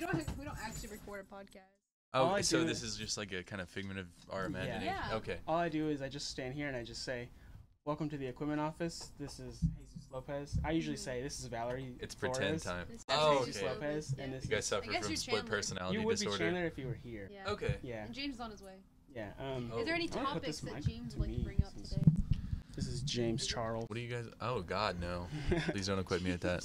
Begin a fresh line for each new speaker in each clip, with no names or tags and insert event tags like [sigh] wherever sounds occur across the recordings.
don't we don't actually record a podcast.
Oh,
All I
so
do-
this is just like a kind of figment of our imagination.
Yeah.
Okay.
All I do is I just stand here and I just say, "Welcome to the equipment office. This is Jesus Lopez." I usually say, "This is Valerie."
It's
Flores.
pretend time.
This is
Oh,
Jesus
okay.
Lopez,
Yeah.
and this
You guys
is-
suffer
I guess
from
you're
split
Chandler.
personality
you would
disorder.
be Chandler if you were here.
Yeah.
Okay.
Yeah,
And James is on his way.
yeah. Um,
Oh.
Is there any
I'm gonna put
topics
this
that
mic
James
to
would like
me
to bring up
since-
today?
this is James Charles. [laughs]
What do you guys? Oh God, no! Please don't acquit me at
[laughs]
that.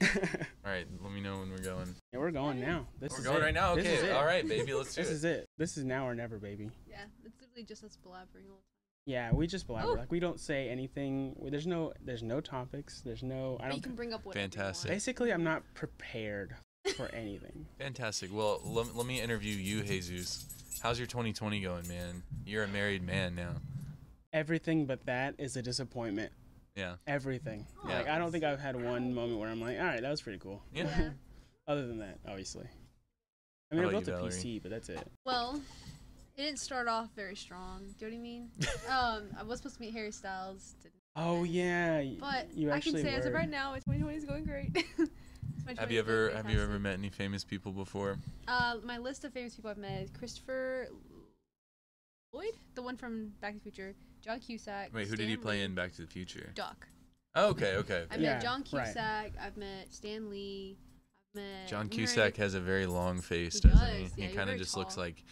yeah,
All right, let me know when we're going.
we're going now. This
We're
is
going
it.
right now.
This is
Okay.
it.
All right, baby.
[laughs]
Let's do
This
it.
is it. This is now or never, baby.
Yeah, it's literally just us blabbering all
Yeah, we just blabber.
Oh.
Like we don't say anything. There's no. There's no topics. There's no. I
the time. But You
don't.
can bring up whatever you
Fantastic.
Basically, I'm not prepared for anything.
Fantastic. Well, let, let me interview you, Jesus. How's your 2020 going, man? You're a married man now.
Everything but that is a disappointment.
Yeah.
Everything.
Yeah.
Like I don't think I've had one moment where I'm like, all right, that was pretty cool.
Oh. Yeah.
want. Yeah.
Other than that, obviously. I
How
mean, I
about
built a
you, Valerie?
PC, but that's it.
Well, it didn't start off very strong. Do you know what I mean?
[laughs]
um, I was supposed to meet Harry Styles, didn't.
Oh yeah. y-
But
you
I can
actually
say as of
were.
right now, it's 2020 is going great. [laughs]
Have you ever Have you ever met any famous people before?
Uh, my list of famous people I've met: is Christopher Lloyd, the one from Back to the Future, John Cusack.
Wait, who did he
Stan
play
Lee,
in Back to the Future?
Doc.
Oh, okay, okay.
I
Yeah,
met John
right.
Cusack. I've met Stan Lee. I've met
John
Mary-
Cusack has a very long face,
He
doesn't he?
does, yeah,
he
you're
kind of
very
just looks
tall.
like.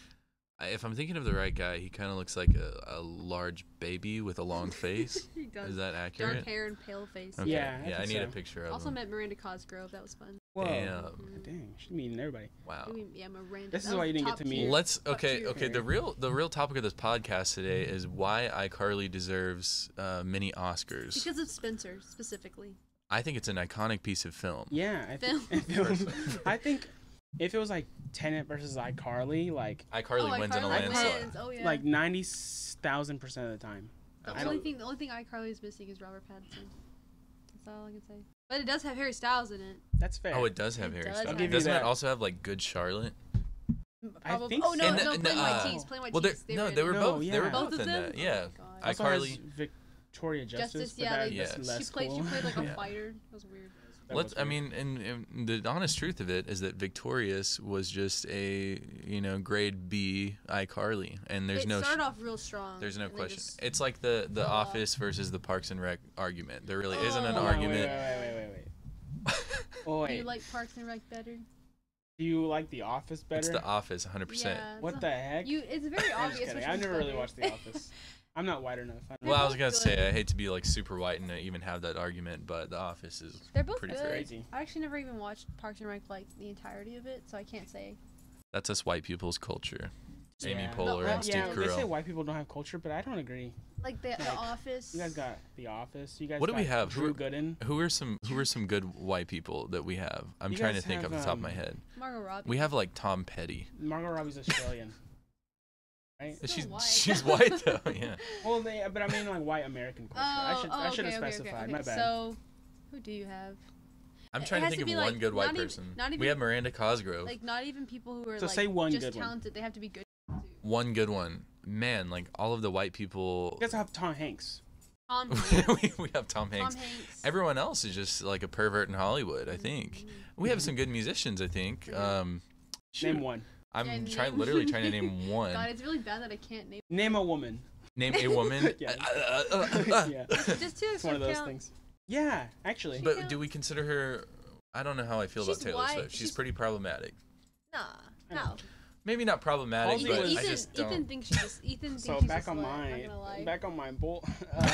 I- If I'm thinking of the right guy, he kind of looks like a, a large baby with a long
[laughs]
face.
[laughs] he does.
Is that
Dark
accurate?
hair and pale face.
Okay.
Yeah, I
yeah. I
think
need a
so.
picture of
Also
him.
met Miranda Cosgrove. That was fun.
Whoa.
Damn.
Mhm.
Dang, she's meeting everybody.
Wow.
I mean, yeah, Miranda.
This
that
is why
was
you didn't get
top
to meet-
tier.
Oh. Let's
Top
okay,
tier.
okay. The real the real topic of this podcast today
Mm-hmm.
is why iCarly deserves uh, many Oscars.
Because of Spencer specifically.
I think it's an iconic piece of film.
Yeah, I think. [laughs]
Film. [laughs]
I think if it was like Tenet versus iCarly, like
iCarly
oh,
wins in a
iCarly
landslide.
wins. [laughs] Oh yeah.
like ninety thousand percent of the time.
The
I
only
don't-
thing, the only thing iCarly is missing is Robert Pattinson. That's all I can say. But it does have Harry Styles in it.
That's fair.
Oh, it does have Harry
It does
Styles.
have
I'll give you
Doesn't it
that.
also have like Good Charlotte?
I
Probably.
think
oh no,
so.
And
no,
the-
Plain White
uh,
Tees, Plain White
Well, they're,
Tees. They
no,
were,
they were
No,
both. They
yeah.
were
Both
both
of
in
them?
that. Yeah,
Oh my God.
Also has
iCarly.
Victoria Justice,
Justice.
but
Yeah,
that,
they-
Yeah.
that's
she
less
she played.
cool.
She played like a
Yeah.
fighter. It was weird.
[laughs] That
Let's.
was
I
weird.
mean, and, and the honest truth of it is that Victorious was just a you know grade B iCarly, and there's
it
no sh-
started off real strong.
there's no
and then
question.
just-
It's like the the
fell off.
Office versus the Parks and Rec argument. There really isn't an
Oh.
Hold on, Wait,
argument.
wait, wait, wait, wait. wait. Oh,
Do
wait.
you like Parks and Rec better?
Do you like The Office
[laughs]
better?
It's the Office, 100. percent
Yeah, it's
what
a-
the heck?
You. It's very
[laughs] I'm just
obvious.
kidding.
which
I've
one's
never really
better.
watched
[laughs]
The Office. I'm not white enough. I don't
Well, I was
both
gonna
good.
say I hate to be like super white and even have that argument, but The Office is
They're both
pretty
good.
great.
crazy.
I actually never even watched Parks and Rec like the entirety of it, so I can't say.
That's us white people's culture. Amy
Yeah.
Poehler
Well,
and Steve
yeah, they say
Carell.
white people don't have culture, but I don't agree.
Like the, the
Like,
Office.
You guys got The Office. You guys.
What do we
got
have? Who
Drew
are-
Gooden.
Who are some Who are some good white people that we have? I'm
You
trying to
guys
think
have,
off the top of
um,
my head.
Margot Robbie.
We have like Tom Petty.
Margot Robbie's
[laughs]
Australian. right?
Still
she's [laughs]
white.
she's
[laughs]
white though. Yeah.
Well, they, but I mean like white American
Oh,
culture. I should I should have specified. My bad.
So, who do you have?
I'm
It
trying to
has to
think
be,
of
like,
one good white
not even-
person.
not
we
even-
have Miranda Cosgrove.
Like, not even people who are
So
like
say one
just
good one.
talented. They have to
[laughs]
be good.
one good one. Man, like all of the white people.
you guys have Tom Hanks.
Tom Hanks.
[laughs] we, we have Tom Hanks.
Tom Hanks.
Everyone else is just like a pervert in Hollywood. I think we
Mm-hmm.
have some good musicians. I think. Um,
Name
shoot,
one.
Yeah,
I'm
name-
trying literally trying to
[laughs]
name one.
God, it's really bad that I
[laughs]
can't name.
Name a woman. [laughs]
Name
[laughs]
a woman.
Yeah.
Uh, uh, uh, uh, uh.
yeah,
Just Taylor
it's one of
Swift
those
count?
things. Yeah, actually.
But do we consider her? I don't know how I feel
She's
about Taylor
white.
Swift. She's,
She's-
pretty problematic.
Nah, no.
Maybe not problematic,
Also,
but
Ethan,
I
Ethan,
just don't.
Ethan thinks she's just. Ethan thinks
so
she's
back
a
on
slut, I'm
my
not gonna lie.
back on my
[laughs]
bull. Um,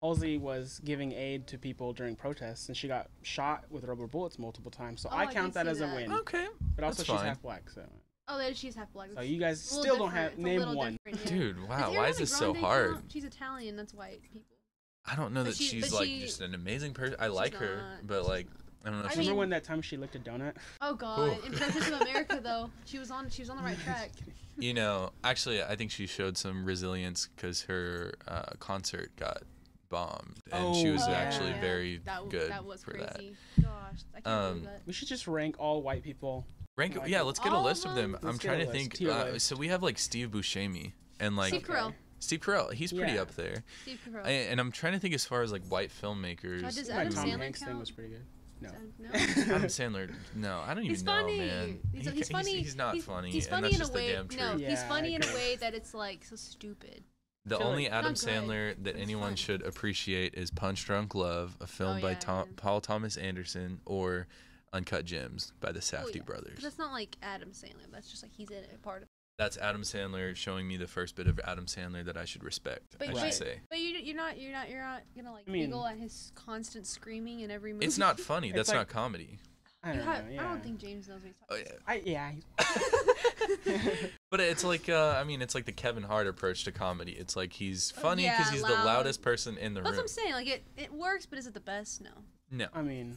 Halsey was giving aid to people during protests, and she got shot with rubber bullets multiple times. So
Oh,
I
I
count
did
that
see
as a
that.
win.
okay,
But also,
that's
she's
fine.
half black, so
oh, then she's half black.
so
It's
you guys
a little
still don't
different.
have
It's a
name
little
one.
different, yeah.
dude.
Does
Wow, why is
Ariana
this so
Grande
hard?
count? She's Italian. That's white people.
I don't know
But
that
she-
she's
but
like
she-
just an amazing person. I like her,
not.
but
She's
like I don't know.
I
If she's,
Remember
mean-
when that time she licked a donut?
Oh God! In Princess of America, though, she was on. She was on
[laughs]
the right track.
you know, actually, I think she showed some resilience because her uh, concert got bombed, and she
Oh,
was
yeah.
actually
Yeah.
very
that, w-
good
That was
for
crazy.
that.
Gosh, I can't
Um,
believe that.
We should just rank all white people.
Rank,
Like,
yeah, let's get a
all
list
of
of them.
them?
I'm
Oh Let's get
trying
a
to
list,
think.
tier
Uh,
list.
so we have like Steve Buscemi and like
Steve Carell.
Steve Carell. He's pretty
Yeah.
up there.
Steve
I,
Carell.
and I'm trying to think as far as like white filmmakers.
God, does
That
Adam
Tom
Sandler
Hanks thing
count?
was pretty good. No. [laughs]
[laughs]
Adam Sandler, no, I don't even
He's
know,
funny.
man.
He's,
He
he's
ca-
funny.
He's, not funny.
He's
and
funny
that's
in a
just
way.
the damn truth.
No, he's
Yeah, I
funny in a
agree.
way that it's like so stupid.
The
feel
only
like-
Adam
Not good.
Sandler that
It's
anyone
fun.
should appreciate is Punch Drunk Love, a film
Oh,
by
yeah,
Tom,
yeah.
Paul Thomas Anderson, or Uncut Gems by the Safdie
Oh, yeah. Because
brothers.
that's not like Adam Sandler. That's just like he's in a part of.
That's Adam Sandler showing me the first bit of Adam Sandler that I should respect.
But,
I should
Right.
say
but you, you're not. You're not. You're not gonna like
I mean-
giggle at his constant screaming in every movie.
it's
[laughs]
not funny.
[laughs] It's
That's
like-
not comedy.
I
You
don't
have-
know. Yeah.
I don't think James knows what he's
Oh,
talking.
yeah.
I, yeah.
But it's like uh, I mean, it's like the Kevin Hart approach to comedy. It's like he's funny because
Oh, yeah,
he's the
loud.
loudest person in the
That's what
room.
I'm saying. Like it, it works, but is it the best? No.
No,
I mean.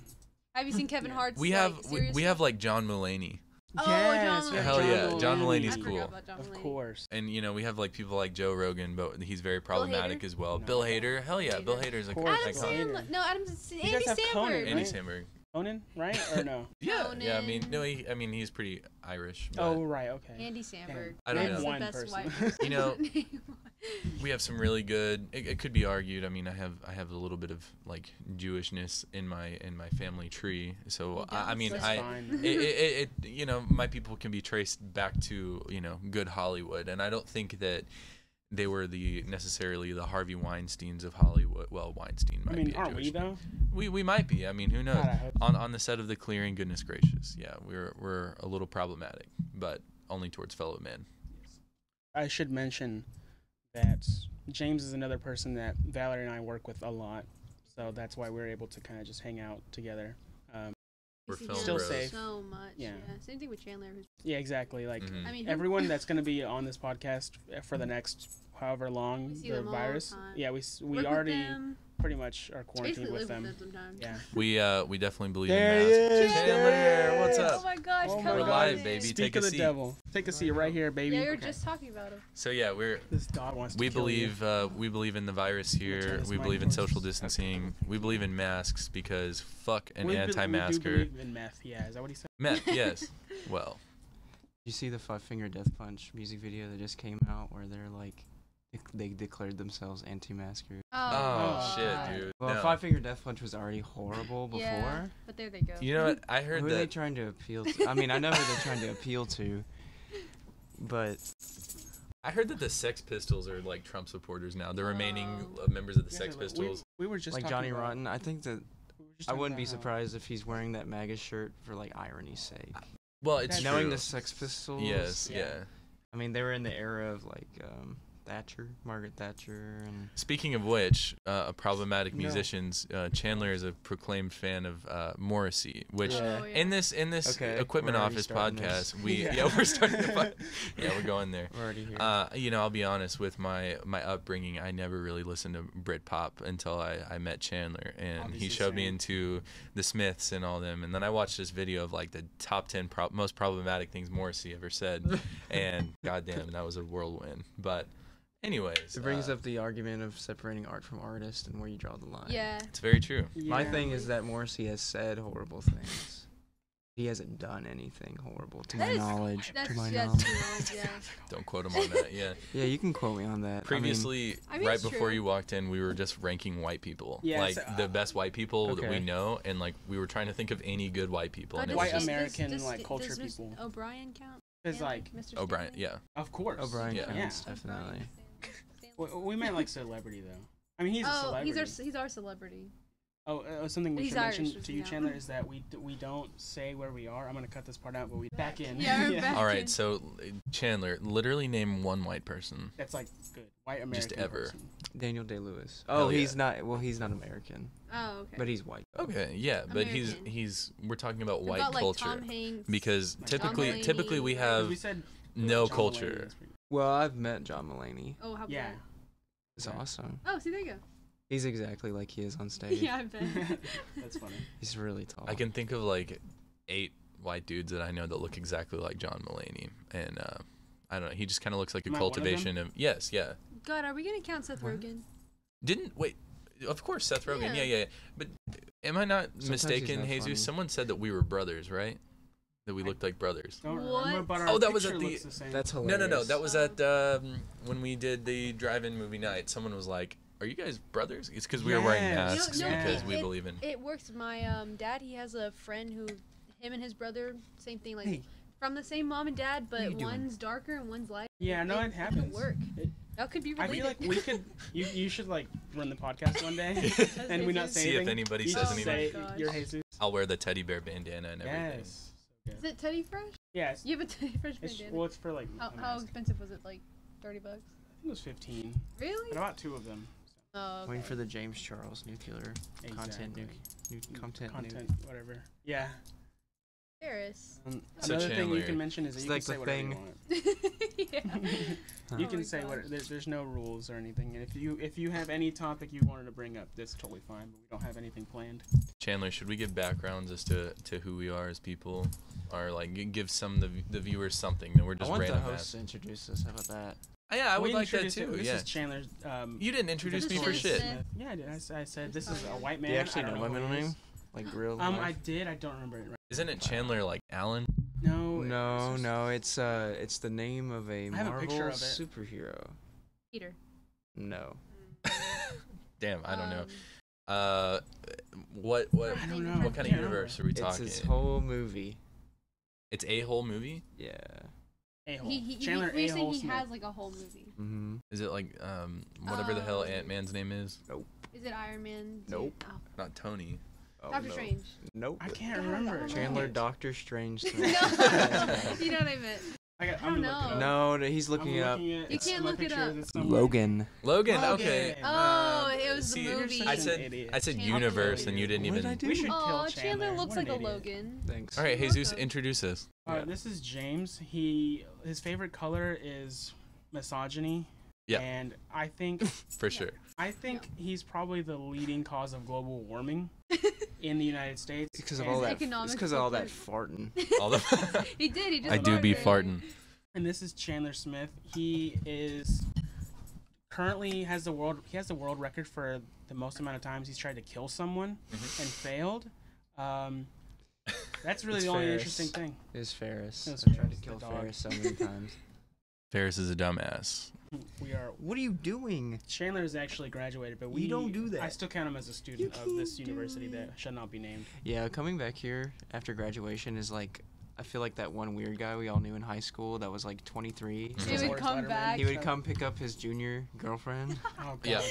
Have
[laughs]
you seen Kevin
Yeah.
Hart's?
we
like,
have we,
serious
we have
stuff?
like John Mulaney,
Oh,
Yes,
John
yeah,
Mulaney.
Hell yeah, John Mulaney's
I forgot
cool.
about John
Of
Mulaney.
course.
and you know we have like people like Joe Rogan, but he's very problematic
Hader?
as well.
No.
Bill Hader, hell yeah,
Hader.
Bill Hader's like
Of course,
Adam
John
iconic.
Sandler.
Mulaney.
No, Adam. S-
guys
Andy
have Conan,
Samberg.
Andy
right?
Samberg.
Conan, right
[laughs]
or no?
Yeah, yeah. I mean,
Conan.
no, he, I mean he's pretty Irish. But
oh, right. Okay.
Andy Samberg.
I don't
That's
know.
The
One
best
person. [laughs]
white person.
You
[laughs]
know-
Name one.
we have some really good. It, it could be argued. I mean, I have I have a little bit of like Jewishness in my in my family tree.
You
So I, I
definitely
mean,
said
I
that.
fine.
it, it,
[laughs]
it, it, you know, my people can be traced back to, you know, good Hollywood. And I don't think that they were the necessarily the Harvey Weinsteins of Hollywood. Well, Weinstein
I
might
mean,
be a
aren't we
Jewish.
though?
we, we might be. I mean, who knows?
God, I hope so.
On on the set of The Clearing, goodness gracious, yeah, we're we're a little problematic, but only towards fellow men.
I should mention that James is another person that Valerie and I work with a lot, so that's why we're able to kind of just hang out together. Um,
We're
He's
film
still
bros. safe.
So much. Yeah.
Yeah.
Same thing with Chandler. Who's,
yeah, exactly. Like
Mhm.
I mean, who- [laughs]
everyone that's going to be on this podcast uh, for the next however long
We see
the
them all the
virus.
time.
yeah, we s- we
work with
already
them,
pretty much are quarantined
basically
with
live
them.
with them sometimes.
Yeah.
We uh we definitely believe
There he
in
is,
masks.
there he
Chandler, what's
is.
Oh
up?
my gosh,
Oh my
come
We're
on
live,
in.
baby.
Speak
take a
of the
seat.
devil. Take a seat right here, baby.
Yeah, we were
Okay.
just talking about him.
So yeah, we're
this dog wants to
we
kill you.
believe uh, we believe in the virus
turn
here.
this
We
mic
believe in
towards-
social distancing. We believe in masks because fuck an
We be-
anti-masker.
We do believe in meth. Yeah, is that what he said?
Meth,
[laughs]
yes. Well,
You see the Five Finger Death Punch music video that just came out where they're like, dec- they declared themselves anti-masker.
oh,
Oh, God.
shit, dude.
Well,
no.
Five Finger Death Punch was already horrible before.
Yeah, But there they go.
you know
[laughs]
what? I heard
who are they
that.
trying to appeal to? I mean, I know who they're trying to appeal to, but
I heard that the Sex Pistols are like Trump supporters now. The remaining
Oh.
uh, members of the
Yeah,
Sex
we-
Pistols.
We, were just
like
talking
Johnny
about-
Rotten, I think that
we were just
I
talking
wouldn't be
about how-
surprised if he's wearing that MAGA shirt for like irony's sake.
Well, it's
That's
Knowing
true.
the Sex Pistols.
Yes, yeah.
Yeah.
I mean, they were in the era of like um, Thatcher, Margaret Thatcher, and
Speaking of which, uh, problematic
No.
musicians. Uh, Chandler is a proclaimed fan of uh, Morrissey, which.
Oh,
Yeah.
yeah.
In this in this
Okay,
equipment
we're already
office
starting
podcast, [laughs]
this.
we
[laughs]
yeah.
Yeah.
we're starting the pod- yeah we're going there.
we're already here.
Uh, you know, I'll be honest with my my upbringing. I never really listened to Britpop until I, I met Chandler, and
Obviously
he showed me
same.
into the Smiths and all them. And then I watched this video of like the top ten pro- most problematic things Morrissey ever
[laughs]
said, and goddamn, that was a whirlwind. But anyways,
it brings
uh,
up the argument of separating art from artist and where you draw the line.
Yeah.
it's very true.
[laughs]
My
Yeah.
thing is that Morrissey has said horrible things. He hasn't done anything horrible to
That
my
is-
knowledge.
That's
to my
that's
knowledge.
[laughs]
too long, yeah.
Don't quote him on that. Yeah.
Yeah, you can quote me on that.
Previously,
[laughs] I mean,
right
it's
before
true.
you walked in, we were just ranking white people,
Yeah,
like
so, uh,
the best white people that we
okay.
know, and like we were trying to think of any good white people.
But
And it was
does
White
he- does-
just
American,
does-
like,
does
culture
Mr.
people.
O'Brien count?
It's like,
Mr.
O'Brien.
Stanley?
Yeah.
of course.
O'Brien
Yeah.
counts
O'Brien
definitely.
Stanley.
[laughs] We, we meant like celebrity though. I mean, he's a
oh,
celebrity.
he's our he's our celebrity.
Oh, uh, something we
He's
should
Irish,
mention
doesn't
to you,
count.
Chandler, is that we d- we don't say where we are. I'm gonna cut this part out, but we back in. [laughs]
Yeah, we're back.
All
Imagine.
right, so uh, Chandler, literally name one white person.
That's like good white American.
ever.
person.
Daniel Day Lewis.
Hell
Oh, he's
yeah.
not. Well, he's not American,
Oh, okay.
but he's white. though.
Okay, yeah, but he's
American.
he's we're talking about
What
white
about, like,
culture
Tom Hanks?
because
Tom
typically
Mulaney.
typically we have
We said
no
John Mulaney
culture.
is pretty-
Well, I've met John Mulaney.
oh, how
Yeah. [laughs]
bad.
It's
Right.
awesome.
Oh, see there you
He's exactly like he is on
go. [laughs]
stage.
yeah, I bet.
[laughs] That's funny.
He's really tall.
I can think of like eight white dudes that I know that look exactly like John Mulaney, and uh, I don't know. He just kind of looks like a
Am I one of them?
cultivation of, yes, yeah.
God, are we gonna count Seth
What?
Rogen?
Didn't wait. Of course, Seth Rogen.
Yeah.
Yeah, yeah. yeah. But am I not
Sometimes he's
mistaken,
not
Jesus?
funny.
Someone said that we were brothers, right? That we
I-
looked like brothers.
Don't remember,
What?
but our
Oh, that was
picture
at the-
looks the same.
That's
No,
hilarious.
no, no. That was
Oh.
at um, when we did the drive-in movie night. Someone was like, are you guys brothers? It's because we are wearing
Yes. You know,
masks
no,
because
it-
we
it-
believe in.
It works. My um, dad, he has a friend who, him and his brother, same thing, like
Hey.
from the same mom and dad,
are
but
you doing?
one's darker and one's lighter.
Yeah, no,
They
it
fucking
happens.
Work.
It-
That could be
I
related.
feel like we
[laughs]
could. You you should like run the podcast
[laughs]
one day, and we not say
See if
anything.
anybody
you
says
just
anything.
Say
Oh my
your
gosh.
Jesus.
I'll wear the teddy bear bandana and everything.
Yes.
Is it Teddy Fresh?
Yes.
You have a Teddy Fresh
It's,
bandana.
well, it's for like.
how,
a
how
mask.
expensive was it? Like thirty bucks.
I think it was fifteen. But
Really?
I bought two of them.
Oh, okay.
Waiting for the James Charles nuclear
So.
content nuke. New
Exactly.
content, nuke.
Content, whatever. Yeah.
[laughs]
Paris. [laughs]
Um,
So
Another thing you
Chandler-
can mention is that
It's
you
like
can say whatever
the
you
thing.
want.
[laughs]
yeah.
You
Oh
can
my
say
gosh.
what. There, there's no rules or anything. And if you if you have any topic you wanted to bring up, that's totally fine. But we don't have anything planned.
Chandler, should we give backgrounds as to, to who we are as people, or like g- give some the the viewers something that we're
I
just
want the
random?
host
ass-
to introduce us. How about that?
Uh, Yeah, I would
We
like that
introduced it-
too.
This
Yeah,
is Chandler's. Um,
you didn't introduce
This
me
is
for
James
shit.
Smith.
Yeah, I, did. I s- I said this
Oh,
is a
yeah.
white
Do
man.
you
I
actually
don't
know
know
my
who
middle
it is.
name? Like real
Um, I
life?
did. I don't remember it. Right.
Isn't it Chandler like Alan?
No. it-
No,
it's just-
no, it's uh, it's the name of a
I have a
Marvel
picture of it.
superhero.
Peter.
No,
Damn, I don't know.
Um,
Uh, what what
I
Thank you
don't
for
know.
what kind of
Yeah, I don't
universe are
remember.
we
it's
talking?
his whole movie.
It's a whole movie.
Yeah.
A-hole.
He, he,
Chandler
we
A
saying
hole
he
Smith.
has like a whole movie.
Mm-hmm.
Is it like um whatever the hell
Um,
Ant Man's name is?
Is it Iron Man? two?
Nope.
Oh.
Not Tony.
Oh,
Doctor
no.
Strange.
[laughs]
[laughs]
Nope.
I can't
God,
remember.
oh my
Chandler
God.
[laughs]
Doctor Strange.
no,
Strange.
you know what I meant.
I got,
I
I'm
don't
gonna
know.
Look it up.
[laughs] no, no, he's
I'm
looking it up.
looking at-
You
it's
can't
in my
look it
picture,
up.
it's somewhere.
Logan.
Logan. [laughs] Okay.
Logan.
Oh,
Um,
it was the
see,
You're
movie.
such
I
an
said-
idiot.
I said
Chandler.
universe, and you didn't
What did
even.
I do?
We should
Oh,
kill
Chandler looks
What an
like a
idiot.
Logan.
Thanks.
All right,
You're
Jesus,
welcome.
introduce us.
Uh,
Yeah.
This is James. He his favorite color is misogyny.
Yeah.
And I think
for
Yeah.
sure.
I think
[laughs]
he's probably the leading cause of global warming in the United States.
Because of
and-
all that.
Economics
It's because of all that
booklet.
farting.
All the-
[laughs]
[laughs]
he did. He just.
I do be
farted.
farting.
And this is Chandler Smith. He is currently has the world he has the world record for the most amount of times he's tried to kill someone
Mm-hmm.
and failed. Um, that's really
[laughs] It's
the only
Ferris.
interesting thing.
Is Ferris?
It's
I tried
Ferris,
to
the
kill
dog.
Ferris so many times.
[laughs]
Ferris is a dumbass.
We are
What are you doing?
Chandler has actually graduated, but
You
we
don't do that.
I still count him as a student
You
of this
can't do
university that
that.
shall not be named.
Yeah, coming back here after graduation is like, I feel like that one weird guy we all knew in high school that was like
Mhm.
23.
He
Just
would
Lawrence
come
Letterman.
back.
He would come pick up his junior
[laughs]
girlfriend.
Oh god.
Yeah.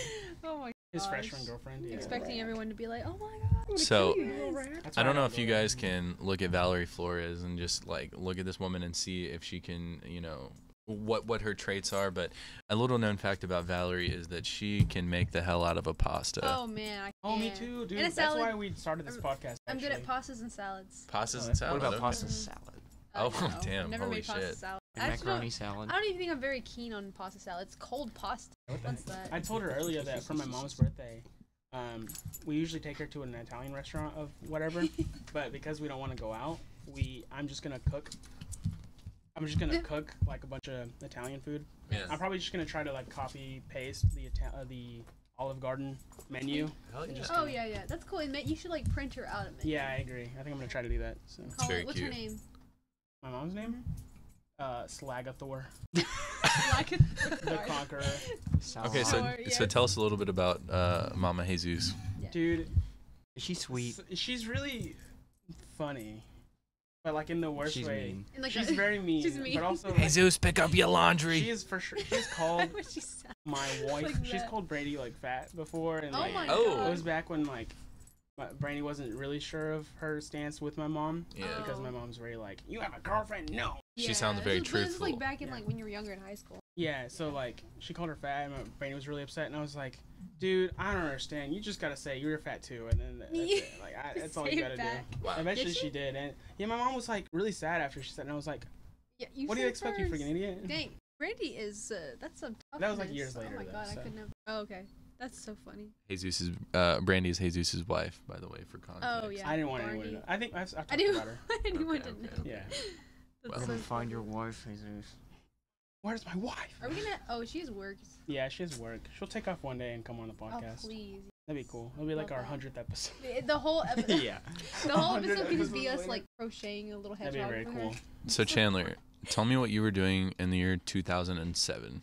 Oh my.
His
gosh.
freshman girlfriend. Yeah.
Expecting everyone to be like, oh my god. I'm
So-
gonna kill you guys."
That's
I
why
don't know if
go
you
there.
guys can look at Valerie Flores and just like look at this woman and see if she can, you know, what what her traits are. But a little known fact about Valerie is that she can make the hell out of a pasta.
Oh man. I
Oh, me
can't.
too, dude.
And a
That's
salad.
why we started this
I'm-
podcast.
I'm good at
actually.
pastas and salads.
Pastas
Oh,
and
that's-
what
salad.
about pasta
okay.
salad?
Uh,
Oh,
no.
[laughs] damn,
I've never
holy
made pasta
shit.
salad.
And
I actually
macaroni
don't-
salad?
I don't even think I'm very keen on pasta salad. It's cold pasta.
What the
What's
heck?
that?
I told her earlier that for my mom's birthday, um, we usually take her to an Italian restaurant of whatever, but because we don't want to go out, we I'm just gonna cook. I'm just gonna cook like a bunch of Italian food.
Yeah.
I'm probably just gonna try to like copy paste the Ita- uh, the Olive Garden menu.
Hell yeah.
Oh yeah, yeah. That's cool. And ma- You should like print her out. Of
Yeah, I agree. I think I'm gonna try to do that. So
Call
very
it, what's her
cute. [laughs]
name?
my mom's name, uh, Slagathor,
Black [laughs]
the Conqueror.
Salad.
Okay, so
Sour,
so
yeah.
tell us a little bit about uh, Mama Jesus.
Dude,
is she sweet?
s- she's really funny, but like in the worst
She's
way.
mean.
And, like,
she's
a- [laughs]
very mean,
she's mean.
but also like,
Jesus, pick up your
she
laundry.
is for sure. She's
[laughs]
called
What she said.
my wife.
Like
she's
that.
called Brady like fat before, and
Oh
like
my
Oh.
god.
it was back when like my, Brandy wasn't really sure of her stance with my mom
Yeah.
because
Oh.
my mom's very like, you have a girlfriend? No.
Oh. She sounds very
this is- but This is like
truthful.
back in
Yeah.
like when you were younger in high school.
Yeah, so like she called her fat, and my Brandy was really upset, and I was like, dude, I don't understand. You just gotta say you're fat too, and then that's it.
[laughs]
Like I, that's all
Say
you gotta
back.
do.
Wow.
Eventually
Did she?
she? did, and yeah, my mom was like really sad after she said, and I was like,
Yeah, you
what do
said
you expect, you
first.
freaking idiot?
Dang, Brandy is uh, that's some. Toughness.
That was, like, years
Oh
later,
my
though,
god, I
so.
could never. Oh okay, that's so funny.
Jesus is uh, Brandy is Jesus's wife, by the way, for context.
Oh yeah.
I didn't want anyone
Barney.
to know. I think I've, I've talked
[laughs] I didn't
about her.
want anyone
Okay,
to know.
okay, okay.
Yeah.
That's
Well,
so
Come find
funny.
your wife, Jesus.
Where's my wife?
Are we gonna? Oh, she's works.
Yeah, she has work. She'll take off one day and come on the podcast.
Oh please.
That'd be cool. It'll be like
Love
our
that.
hundredth episode.
[laughs] The- The whole
[laughs]
episode. The whole
100 [laughs]
episode could just be
episodes
us
later.
like crocheting a little
That'd
hedgehog.
be very
for her.
cool.
So Chandler, tell me what you were doing in the year 2007.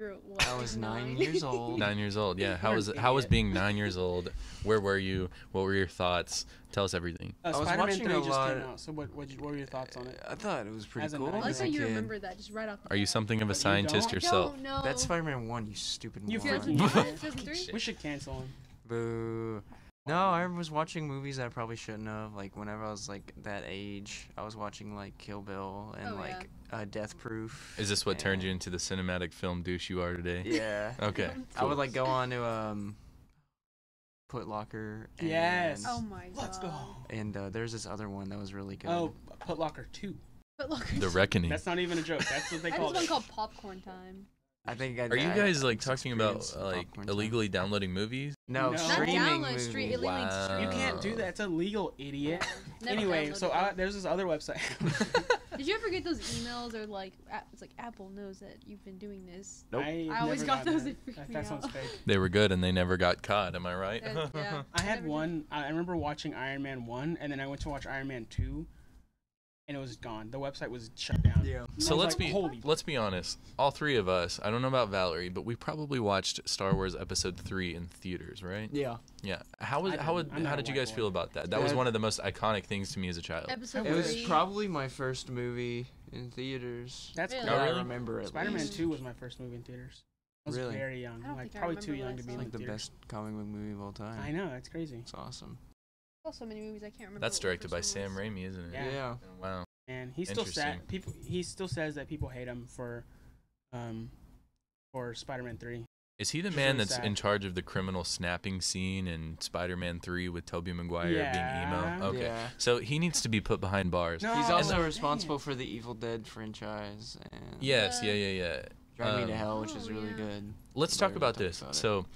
You're what,
I was
[laughs]
nine years old.
Nine years old. Yeah. How was it? How was being nine years old? Where were you? What were your thoughts? Tell us everything.
Uh,
I was
Spider-Man
watching
3
a
just
lot-
came out, so what, what, what were your thoughts on it?
I thought it was pretty
As a
cool.
nine-
I like
as
how
a
you
kid.
remember that just right off. the
Are you
bat.
something of a
You
scientist
don't?
yourself?
No, no.
That's Spider-Man One, you stupid
You
[laughs] moron.
freaking-
2003?
We should cancel him.
Boo. No, I was watching movies I probably shouldn't have. Like whenever I was like that age, I was watching like Kill Bill and
Oh, yeah.
like uh, Death Proof.
Is this what turned
and-
you into the cinematic film douche you are today?
[laughs] Yeah.
Okay.
I would like go on to um, Put Locker. And,
Yes.
Oh my god.
Let's go.
And uh, there's this other one that was really good.
Oh, Put Locker 2.
But look,
The reckoning.
That's not even a joke. That's what they
I just
call
one
it.
called Popcorn Time.
I think. I,
Are you
I-
guys like
it's
talking about
experience
uh, like
popcorn time.
illegally downloading movies?
No,
No. Not
streaming
download,
movies.
stream- illegally
Wow.
stream.
You can't do that. It's illegal, idiot.
Never
anyway,
downloaded
so I,
them.
there's this other website. [laughs]
did you ever get those emails or like a- it's like Apple knows that you've been doing this?
Nope.
I always
never
got those,
That,
it freaked
That-
me
that
out.
sounds fake.
[laughs]
They were good and they never got caught. Am I right? [laughs]
Uh, yeah.
I had
Never did.
one. I I remember watching Iron Man one, and then I went to watch Iron Man two, and it was gone. The website was shut down.
[laughs] Yeah.
So
I was
let's
like,
be
holy.
let's be honest. All three of us. I don't know about Valerie, but we probably watched Star Wars Episode Three in theaters, right?
Yeah.
Yeah. How was
I
how would
didn't. I'm
how
not a
did you
white
guys
boy.
feel about that? That was
Yeah.
one of the most iconic things to me as a child.
Episode
It was
three.
probably my first movie in theaters.
That's
Really?
that I
really?
remember it.
Spider Man
least.
two was my first movie in theaters. I was
Really?
very young,
I don't
like
think I
probably too young
remember
to be in
what I
It's like the
theaters.
best comic book movie of all time.
I know that's crazy,
It's awesome.
There's so many movies I can't remember.
That's
what the
directed by
first one
Sam
was.
Raimi, isn't it?
Yeah.
yeah.
Wow.
and he still
Interesting.
said people. He still says that people hate him for, um, for Spider Man three.
Is he the
Which is
man
really
that's
sad.
in charge of the criminal snapping scene in Spider-Man 3 with Tobey Maguire being
Yeah.
emo? Okay.
Yeah.
So he needs to be put behind bars.
No.
He's
Oh,
also
dang
responsible
it.
for [laughs] the Evil Dead franchise and
Yes,
Uh,
yeah, yeah, yeah.
Drive Me
Um,
to Hell, which is
Oh,
really
yeah.
good.
Let's talk
Larry
about
talked
this.
about it.
so
oh,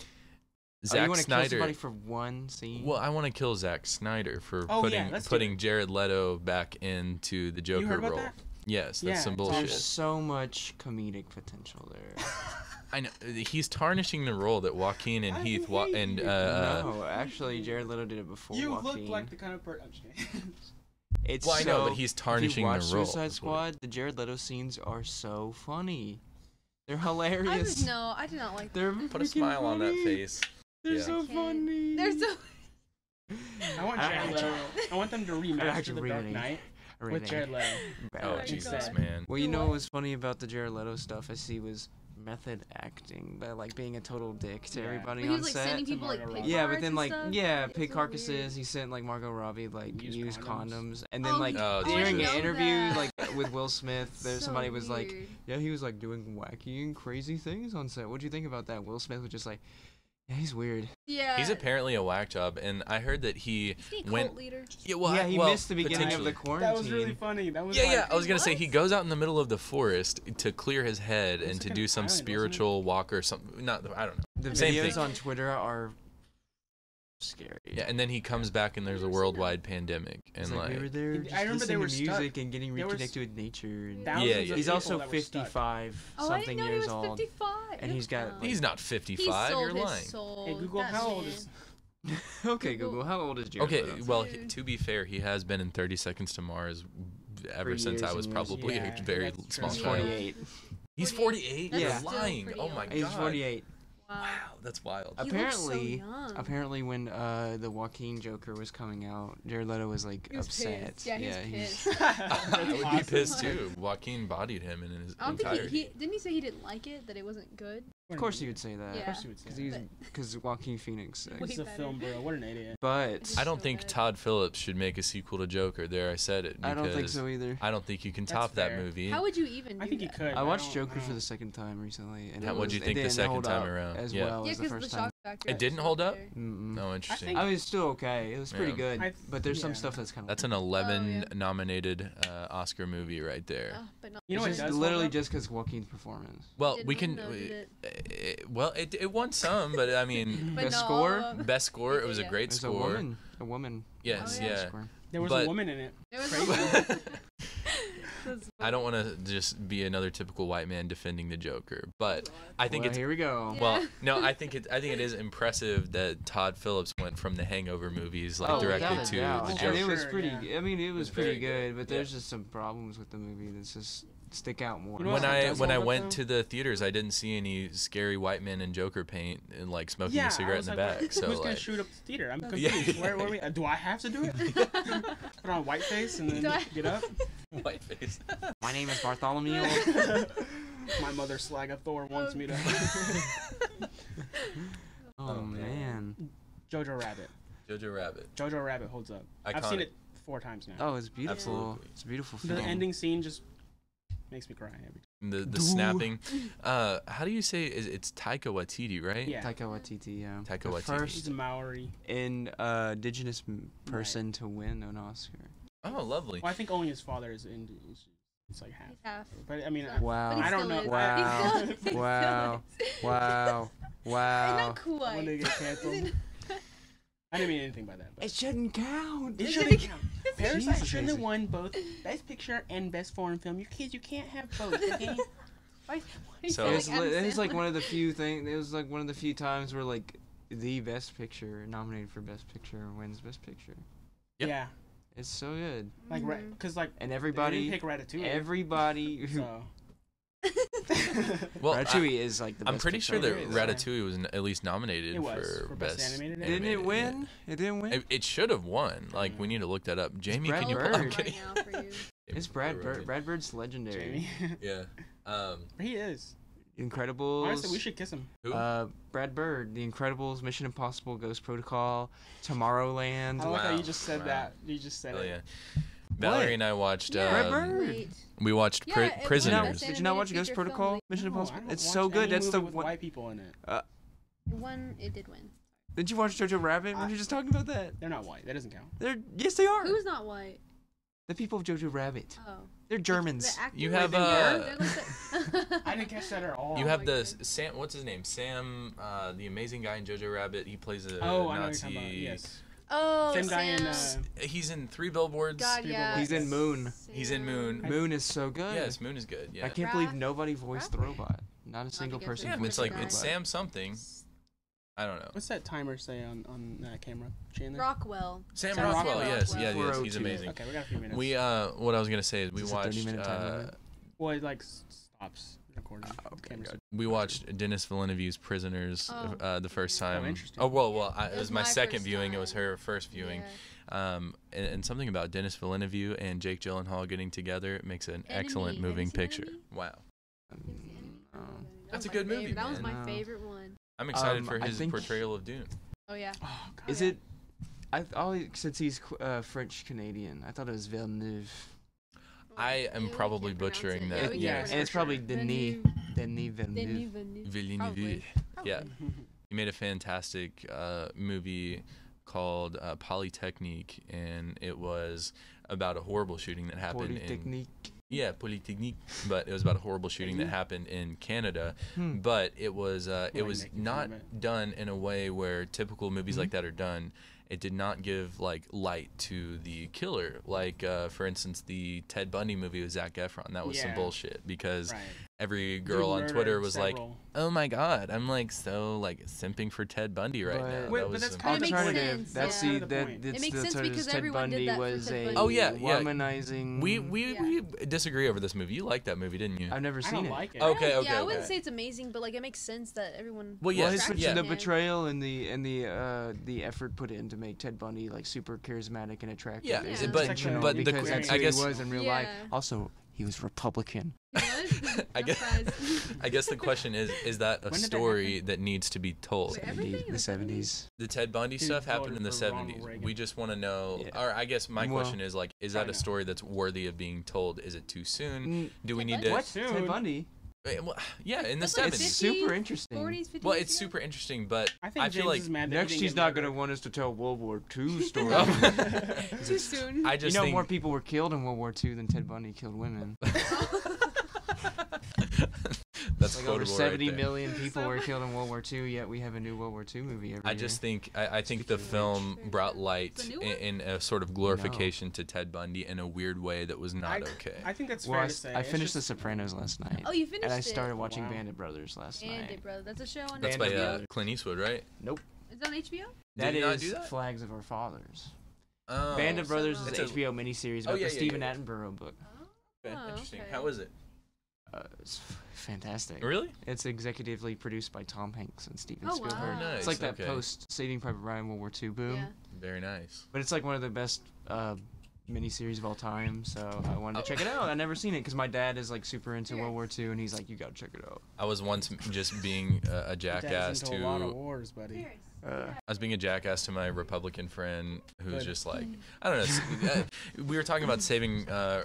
you
Zack
wanna kill
Snyder
somebody for one scene?
Well, I want to kill Zack Snyder for
Oh, yeah,
putting
let's do
putting Jared Leto back into the Joker
you heard about
role.
that?
Yes, that's
Yeah,
some
it's all-
bullshit.
There's so much comedic potential there.
I know uh,
uh,
he's tarnishing the role that Joaquin and
I
Heath wa-
hate
and
you.
uh,
no, actually, Jared Leto did it before.
You
Joaquin.
look like the kind of person.
It's
Well, I know, but
so-
he's tarnishing
if
the
you watch
role,
Suicide
is what
Squad. The Jared Leto scenes are so funny. They're
I was
hilarious.
no, I did not like.
They're [laughs]
Put a
freaking
smile on that
funny.
face.
They're
Yeah.
so
Okay.
funny.
There's so.
[laughs] I
[laughs]
want
I-
Jared
I-
Leto. I want
[laughs]
them to
actually
remaster The Dark
really-
Knight with
Really
Jared Leto.
bad.
Oh,
my
Jesus,
God.
man.
Well, you know
What?
what was funny about the Jared Leto stuff I see was method acting by like being a total dick to
Yeah.
everybody
When he
on
was like
set.
sending people like
Tomorrow,
pig
Rob.
yeah,
parts
but then
and
like
stuff,
yeah,
like, it
pig
was really
carcasses.
weird.
He sent like Margot Robbie like
Used
used,
condoms.
condoms. and then
Oh,
like
yeah.
Oh,
I
during
know
an
that.
interview like with Will Smith,
[laughs]
there
So
somebody was like,
weird.
"Yeah, he was like doing wacky and crazy things on set. What do you think about that?" Will Smith was just like, "Yeah, he's weird."
yeah,
He's apparently a whack job, and I heard that he
Is he a cult
went.
leader.
Yeah, well,
yeah,
I-
he
well,
missed the beginning of the
potentially.
quarantine.
That was really funny. That was
Yeah, yeah.
like-
I was gonna say
What?
he goes out in the middle of the forest to clear his head
It's
and
like
to
an
do some
island, wasn't it?
spiritual walk or something. Not, I don't know.
the
Same
videos
thing.
on Twitter are scary.
Yeah, and then he comes back and there's a
Never seen that.
worldwide pandemic,
It's
and like,
we were there.
I
Just
remember they
listening
were
to
stuck.
music and getting
They were s-
reconnected with nature. and-
Thousands
Yeah,
of
yeah.
He's
people
also
that were stuck.
55
Oh, I didn't
something
know he
years
was
old.
55.
And he's got, like-
he's not
He
55.
sold
You're
his
lying.
soul.
Hey Google,
That
how old
man.
is?
[laughs] okay, Google, how old is Jared?
Okay,
Leto?
well,
Dude.
he- to be fair, he has been in 30 Seconds to Mars ever
For
since
years
I was
and years.
probably
Yeah,
a very
that's
small
he's
Yeah.
child.
48.
He's 48?
That's
Yeah.
You're
still
lying.
pretty
Oh my
young.
god.
He's 48.
Wow.
Wow, that's wild.
He looks so
apparently,
young.
apparently, when uh, the Joaquin Joker was coming out, Jared Leto was like
He was
upset.
pissed. Yeah, he was
[laughs]
[laughs]
pissed.
[laughs]
I would be
awesome.
pissed too. Joaquin bodied him in his
I don't think
entirety.
he, he didn't he say he didn't like it that it wasn't good.
Of course, he would say that.
Yeah.
Of course he would say
Because
that.
he's because Joaquin
[laughs]
Phoenix.
Wait.
Sucks.
He's a
better.
film bro. What an idiot.
But
I
He's
don't
so
think
bad.
Todd Phillips should make a sequel to Joker. There, I said it.
I don't think
because
so either.
I don't think you can
That's
top that
fair.
movie.
How would you even?
I
do
think he
that?
could.
I watched
don't-
Joker for
don't-
the second time recently, and
How-
it
what'd you
was- it
think the
didn't
second
hold
time
up
around?
As
Yeah.
well
Yeah,
as the
because
first
the
time.
shock factor.
It didn't
is
hold up?
there.
Mm-mm.
Oh, interesting.
think-
I was still okay. It was pretty
Yeah.
good,
I-
but there's some
yeah.
stuff that's kind of.
That's
Oh,
an 11 nominated uh, Oscar movie right there.
Ah, but not
You know what
just
does hold
literally
up?
just because Joaquin's performance.
well,
Did
we
win,
can.
though, did it?
uh, uh, well, it, it won some, but I mean,
[laughs] But
Best
not all
score?
of them.
best score. It was a
Yeah.
great
There's a
score.
woman. A woman.
Yes,
Oh, yeah.
yeah.
Score.
There was
But-
a woman in it.
There was
[laughs]
Crazy.
one- That's
I don't want to just be another typical white man defending the Joker,
[laughs]
but I think
well,
it's
here we go.
well,
Yeah.
no, I think it I think it is impressive that Todd Phillips went from the Hangover movies like
Oh,
directly
without a
to
doubt.
the
Oh,
And
Joker.
it was
Sure,
pretty.
yeah.
I mean, it was
very
pretty
good,
good, but
yeah.
there's just some problems with the movie. That's just stick out more.
You know
when
what
I
does
when I
hold up,
went
though?
to the theaters, I didn't see any scary white men in Joker paint and like smoking
Yeah, I
a cigarette in
was
the
like,
back.
[laughs]
so
[laughs] Who's gonna
like,
shoot up the theater?
[laughs]
I'm
Yeah.
confused. Where, where are we? uh, Do I have to do
[laughs]
it? [laughs] Put on a white face and
Do
then
I-
get
[laughs]
up?
white face.
[laughs] My name
[laughs]
is Bartholomew.
My mother slag of Thor wants me to.
[laughs]
oh man.
[laughs] Jojo Rabbit.
Jojo Rabbit.
Jojo Rabbit holds up. I've seen
Iconic.
it four times now.
Oh, it's beautiful.
Absolutely.
It's a beautiful
the
film.
ending scene just makes me cry every
The the
Doo.
snapping. Uh, how do you say is it's Taika Waititi, right?
Yeah.
Taika Waititi. Yeah.
Taika
the
Waititi.
time.
First
She's a Maori.
in uh, indigenous m- person to win an Oscar.
Oh, lovely.
Well, I think only his father is Indian. It's like half.
He's half.
But I mean,
But
Wow.
he
I don't
still
know.
is.
Wow.
He still is. He still
Wow.
is.
Wow.
[laughs] And
Wow.
Not quite.
When they
[laughs]
get canceled. I didn't mean anything by that. But.
It shouldn't count.
It
shouldn't
shouldn't count.
[laughs]
Parasite
Jesus,
shouldn't have
Izzy.
won both Best Picture and Best Foreign Film. You kids, you can't have both. [laughs] Okay?
Oh, Why- why do you
So-
sound
it
Like
was,
Adam
li- it was like
Sandler?
one of the few things. It was like one of the few times where like the best picture nominated for best picture wins best picture.
Yep.
Yeah,
It's so good,
like
Mhm.
because like
and
everybody
everybody,
pick Ratatouille.
everybody who
so.
Well, I,
Ratatouille is like the.
am
best
pretty
picture
sure that
nominated.
Rat-
Ratatouille was n- at least nominated
It was,
for,
for
best.
Best Animated, I
Didn't
Animated,
it
yeah.
win? It didn't win.
It, it should have won. Like we need to look that up. Jamie,
Brad
can you?
I'll
pull-
look
I'm
Bird.
it up
kidding.
right now
[laughs]
for you.
it's Brad Bird. Brad Bird's legendary.
[laughs] Jamie.
Yeah. Um,
[laughs] he is.
Incredibles.
Honestly, we should kiss him.
who?
Uh, Brad Bird, The Incredibles, Mission Impossible, Ghost Protocol, Tomorrowland.
I like how
Wow.
you just said
Wow.
that. You just said
Hell
it.
yeah. Valerie and I watched.
Yeah.
Brad
um,
Bird?
Wait.
We watched
Yeah,
Pri-
it was
Did you not-
Prisoners.
Best
Did you not
animated
watch Ghost
feature film,
Protocol?
like-
Mission
No, Oh, I
Impossible?
don't
It's
watch
so good.
any
That's the
movie with
one.
white people in it.
It won. It did win.
Did you watch Jojo Rabbit? we
I-
were just talking about that.
They're not white. That doesn't count.
They're yes, they are.
Who's not white?
The people of Jojo Rabbit.
Oh.
They're Germans.
The actors
You have,
in there,
uh,
they're like the-
[laughs]
[laughs]
I didn't catch that at all.
You
Oh
have
my
the
goodness.
Sam. What's his name? Sam, uh, the amazing guy in Jojo Rabbit. He plays a
oh, I know what
Nazi.
you're talking about. Yes.
Oh,
Same guy in. Uh,
Sam.
He's in Three Billboards.
God, yeah.
He's in Moon.
He's in Moon.
Sam.
Moon is so good.
Yes, Moon is good.
I
Yeah.
can't
Ra-
believe nobody voiced the
Rabbit.
robot. Not a single
think I
person.
should
Yeah,
voice
it's like
the
it's
guy.
Sam something. I don't know.
what's that timer say on on that camera? Chandler.
Rockwell.
Sam,
Sam
Rockwell.
Rockwell.
Yes, yeah, yes, he's
402.
amazing.
Okay, we got a few minutes.
We uh, what I was gonna say is we
Is this a 30
watched
minute time
uh,
limit?
Well, it like s- stops recording. [laughs] The
Oh, Okay,
Oh,
camera's-
good.
we watched Dennis Villeneuve's Prisoners
Oh.
uh, the first time.
interesting.
Oh, well, well, I,
It
it
was
was my,
my
second
first
viewing. It was
time.
her first viewing.
Yeah.
Um, and, and something about Dennis Villeneuve and Jake Gyllenhaal getting together makes an
Enemy.
excellent
Have
moving
you seen
picture.
Enemy?
Wow,
Um, no.
That
That's
was
a
my
good movie,
favorite- That was
man.
my
No.
favorite one.
I'm excited
Um,
for
I
his
think-
portrayal of Dune.
Oh yeah.
Oh, God.
Is it? I always since he's uh, French Canadian, I thought it was Villeneuve,
I am
Yeah, we
probably
can't pronounce
butchering
it.
that.
Oh, Yeah, we
Yeah,
can't
and
and
pronounce
it's probably
it.
Denis Denis Villeneuve.
Denis Villeneuve.
Villeneuve.
Probably.
Yeah,
Mhm.
he made a fantastic uh, movie called uh, Polytechnique, and it was about a horrible shooting that happened in
Polytechnique.
yeah Polytechnique, but it was about a horrible shooting that
Technique.
happened in Canada.
Hmm.
But it was uh, it
Like
was
making fun
not
of it.
done in a way where typical movies
Hmm.
like that are done. It did not give like light to the killer, like uh, for instance the Ted Bundy movie with Zach Efron. That was some
Yeah.
bullshit because
Right.
every
Dude
girl on
murdered
Twitter was like,
several.
oh my god i'm like so like simping for ted bundy right
But-
now
Wait,
that
but
was
that's
some-
kind of makes
alternative.
sense,
That's
yeah.
the
Kind of the
that
point.
it's
It makes
the
sense
alternative
because
Ted
everyone did
Bundy
that for
was
Ted
a
Bundy.
Oh, yeah, yeah.
womanizing.
we we,
Yeah.
we disagree over this movie you like that movie didn't you [laughs]
I've never
I
seen
don't
it.
like it.
Okay,
I don't-
okay,
Yeah, I
okay.
wouldn't say it's amazing, but like it makes sense that everyone.
Well,
Well,
yes,
his
attracted
yeah.
the
him.
betrayal and the and the uh the effort put in to make Ted Bundy like super charismatic and attractive.
Yeah,
is
Yeah. but-
intentional
but the
because
que-
that's
I
who
guess-
he was in real life.
Yeah.
Also, he was Republican.
[laughs] What?
I
No
guess-
surprise.
[laughs] i guess the
[laughs]
question is is that a
When did that
story that, needs to be told
Wait, everything
Indeed,
in
the
the
seventies.
the ted bundy
Dude
stuff happened
voted
in the
for Ronald
70s
Reagan.
we just want to know
Yeah.
or i guess my
Well,
question is like is that
I know.
a story that's worthy of being told is it too soon
What?
do we
Ted
need
Bundy?
to
What?
Ted
Dude.
Mm, Bundy?
Wait, well, [sighs] yeah in the
That's like
70s
It's
50s,
super interesting.
40s, 50s.
well it's
ago?
super interesting but
I think James
feel like
is mad that he
Next,
didn't
she's
get
not gonna
murdered.
want us to tell
[laughs]
World War II [laughs] story.
[laughs]
Too soon.
i just
you know,
think [laughs]
more people were killed in World War II than Ted Bundy killed women.
that's
like
quotable
over
right
seventy
there.
[laughs]
million people
So-
were killed in World War II, yet we have a new World War II movie every
I
year.
just think I, I think the
Speaking of
film
which,
brought
there's a-
light
the new one?
in, in a sort of glorification to Ted Bundy in a weird way that was
I,
not okay.
I think that's
well,
fair
I,
to
s-
say.
I
It's
finished The
just-
Sopranos last night.
Oh, you finished
and I
it.
started watching
wow.
Bandit Brothers last
And
night.
it, bro. That's a show on
That's by
HBO.
uh, Clint Eastwood, right?
Nope.
It's on HBO.
Did
That
he not
is
do that?
Flags of Our Fathers.
Oh,
Bandit
so
Brothers
not.
It's
is an
a-
HBO miniseries
Oh,
about
yeah,
the
yeah,
Stephen
yeah.
Attenborough book.
Oh,
okay, interesting.
okay.
How was it?
Uh, it's f- fantastic.
Really?
It's executively produced by Tom Hanks and Steven
Oh,
Spielberg.
wow.
Very nice.
It's like that
okay.
post Saving Private Ryan World War II boom.
Oh, Yeah.
Very nice.
But it's like one of the best uh, miniseries of all time, so I wanted
Oh.
to check it out. I never seen it because my dad is like super into World War II, and he's like, "You gotta check it out."
I was once m- just being a, a
Dad's
jackass
into a lot of
to
wars, buddy.
Uh,
I was being a jackass to my Republican friend who's
Good.
just like I don't know. s- uh, we were talking about saving uh,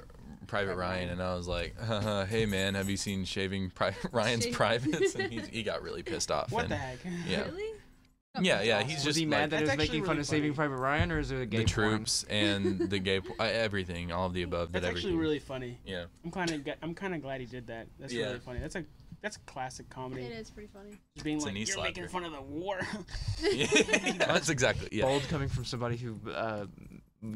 Private Ryan, and I was like, [laughs] uh, "Hey man, have you seen Shaving Pri- [laughs] Ryan's
Shaving-
Privates?" And
[laughs]
he, he got really pissed off.
What
and,
the heck? [laughs]
Yeah.
Really? Oh,
Yeah, yeah. He's
was
just
he mad
like,
that it
That's
was
actually
making fun
really
of Saving
funny.
Private Ryan, or is it a gay
the
porn?
troops and the gay, po- uh, everything, all of the above.
That's
that
actually
everything.
really funny. [laughs]
yeah. [laughs]
I'm kind of I'm kind of glad he did that. That's
Yeah.
really funny. That's a that's a classic comedy.
It is pretty funny.
Just being
It's a
like
knee
you're making
slapper."
fun of the war.
[laughs]
[laughs]
[laughs]
yeah,
[laughs]
that's exactly yeah.
Bold coming from somebody who uh,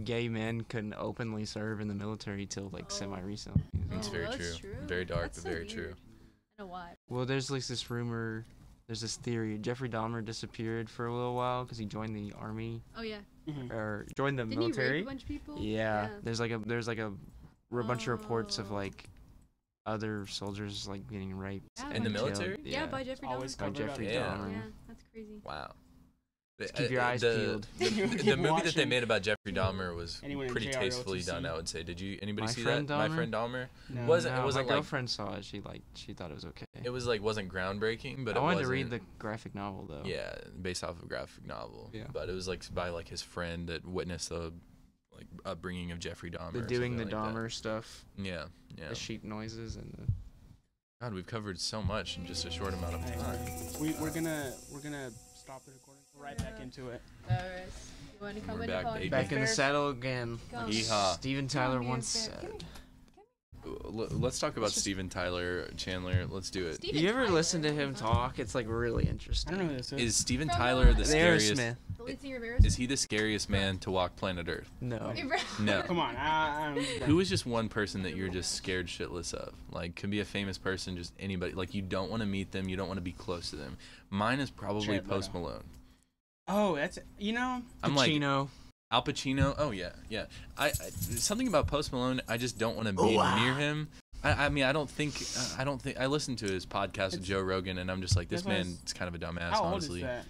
gay men couldn't openly serve in the military till like
Oh.
semi recently.
It's
Oh,
very
that's
true.
true.
Very dark,
That's
but
so
very
weird.
true.
I don't know why.
Well, there's like this rumor. There's this theory. Jeffrey Dahmer disappeared for a little while because he joined the army
Oh yeah.
Mhm.
or joined the
Didn't he
military.
rape a bunch of people?
yeah. There's like a there's like a r- bunch of reports of
Oh.
like other soldiers like getting raped
Yeah,
and
In the
killed.
military?
Yeah,
Yeah.
by Jeffrey
Always
Dahmer.
By
covered up.
Jeffrey
Yeah.
Dahmer.
Yeah, that's crazy.
Wow. The-
keep your
uh,
eyes
the-
peeled.
[laughs]
The,
Keep
the movie that they
watching.
made about Jeffrey Dahmer was
Anyone in
pretty
JROTC?
tastefully done, I would say. Did you anybody
My
see that?
Friend
My
Dahmer?
friend Dahmer.
No.
Was it-
No,
wasn't,
my
like-
girlfriend saw it. She like she thought it was okay.
It was like wasn't groundbreaking, but
I
it
wanted
wasn't,
to read the graphic novel though.
yeah based off of a graphic novel.
Yeah.
But it was like by like his friend that witnessed the like upbringing of Jeffrey Dahmer.
The
or
doing the
something like
Dahmer stuff,
that. Yeah, yeah.
the sheep noises, and the
God, we've covered so much in just a short amount of
Hey,
time.
We, we're gonna we're gonna stop the recording. We're right back
Yeah.
into it.
All right. You want to
We're
come in
back,
and
baby.
back in the
Fair.
saddle again.
Go.
Yeehaw.
Steven
Come on,
Tyler
be a
once
bear. Come
said.
L- let's talk about Steven Tyler Chandler. Let's do it.
Steven
You ever
Tyler.
listen to him
Huh?
talk? It's like really
I
interesting.
don't know who this is.
Is Steven
From,
Tyler
uh,
the
The
scariest?
Aerosmith.
The lead singer of
Is
Aerosmith?
he the scariest man to walk planet Earth?
No.
[laughs] No.
Come on, I, I'm.
Who is just one person that you're just scared shitless of? Like, could be a famous person, just anybody. Like, you don't want to meet them, you don't want to be close to them. Mine is probably
Jared Leto.
Post Malone.
Oh, that's you know.
I'm like
Pacino.
Al Pacino. Oh yeah, yeah. I, I something about Post Malone. I just don't want to be
ah.
near him. I, I mean, I don't think. I I don't think. I listened to his podcast with
It's-
Joe Rogan, and I'm just like, this
That's why I
man
was-
is kind of a dumbass,
How
honestly.
old is that?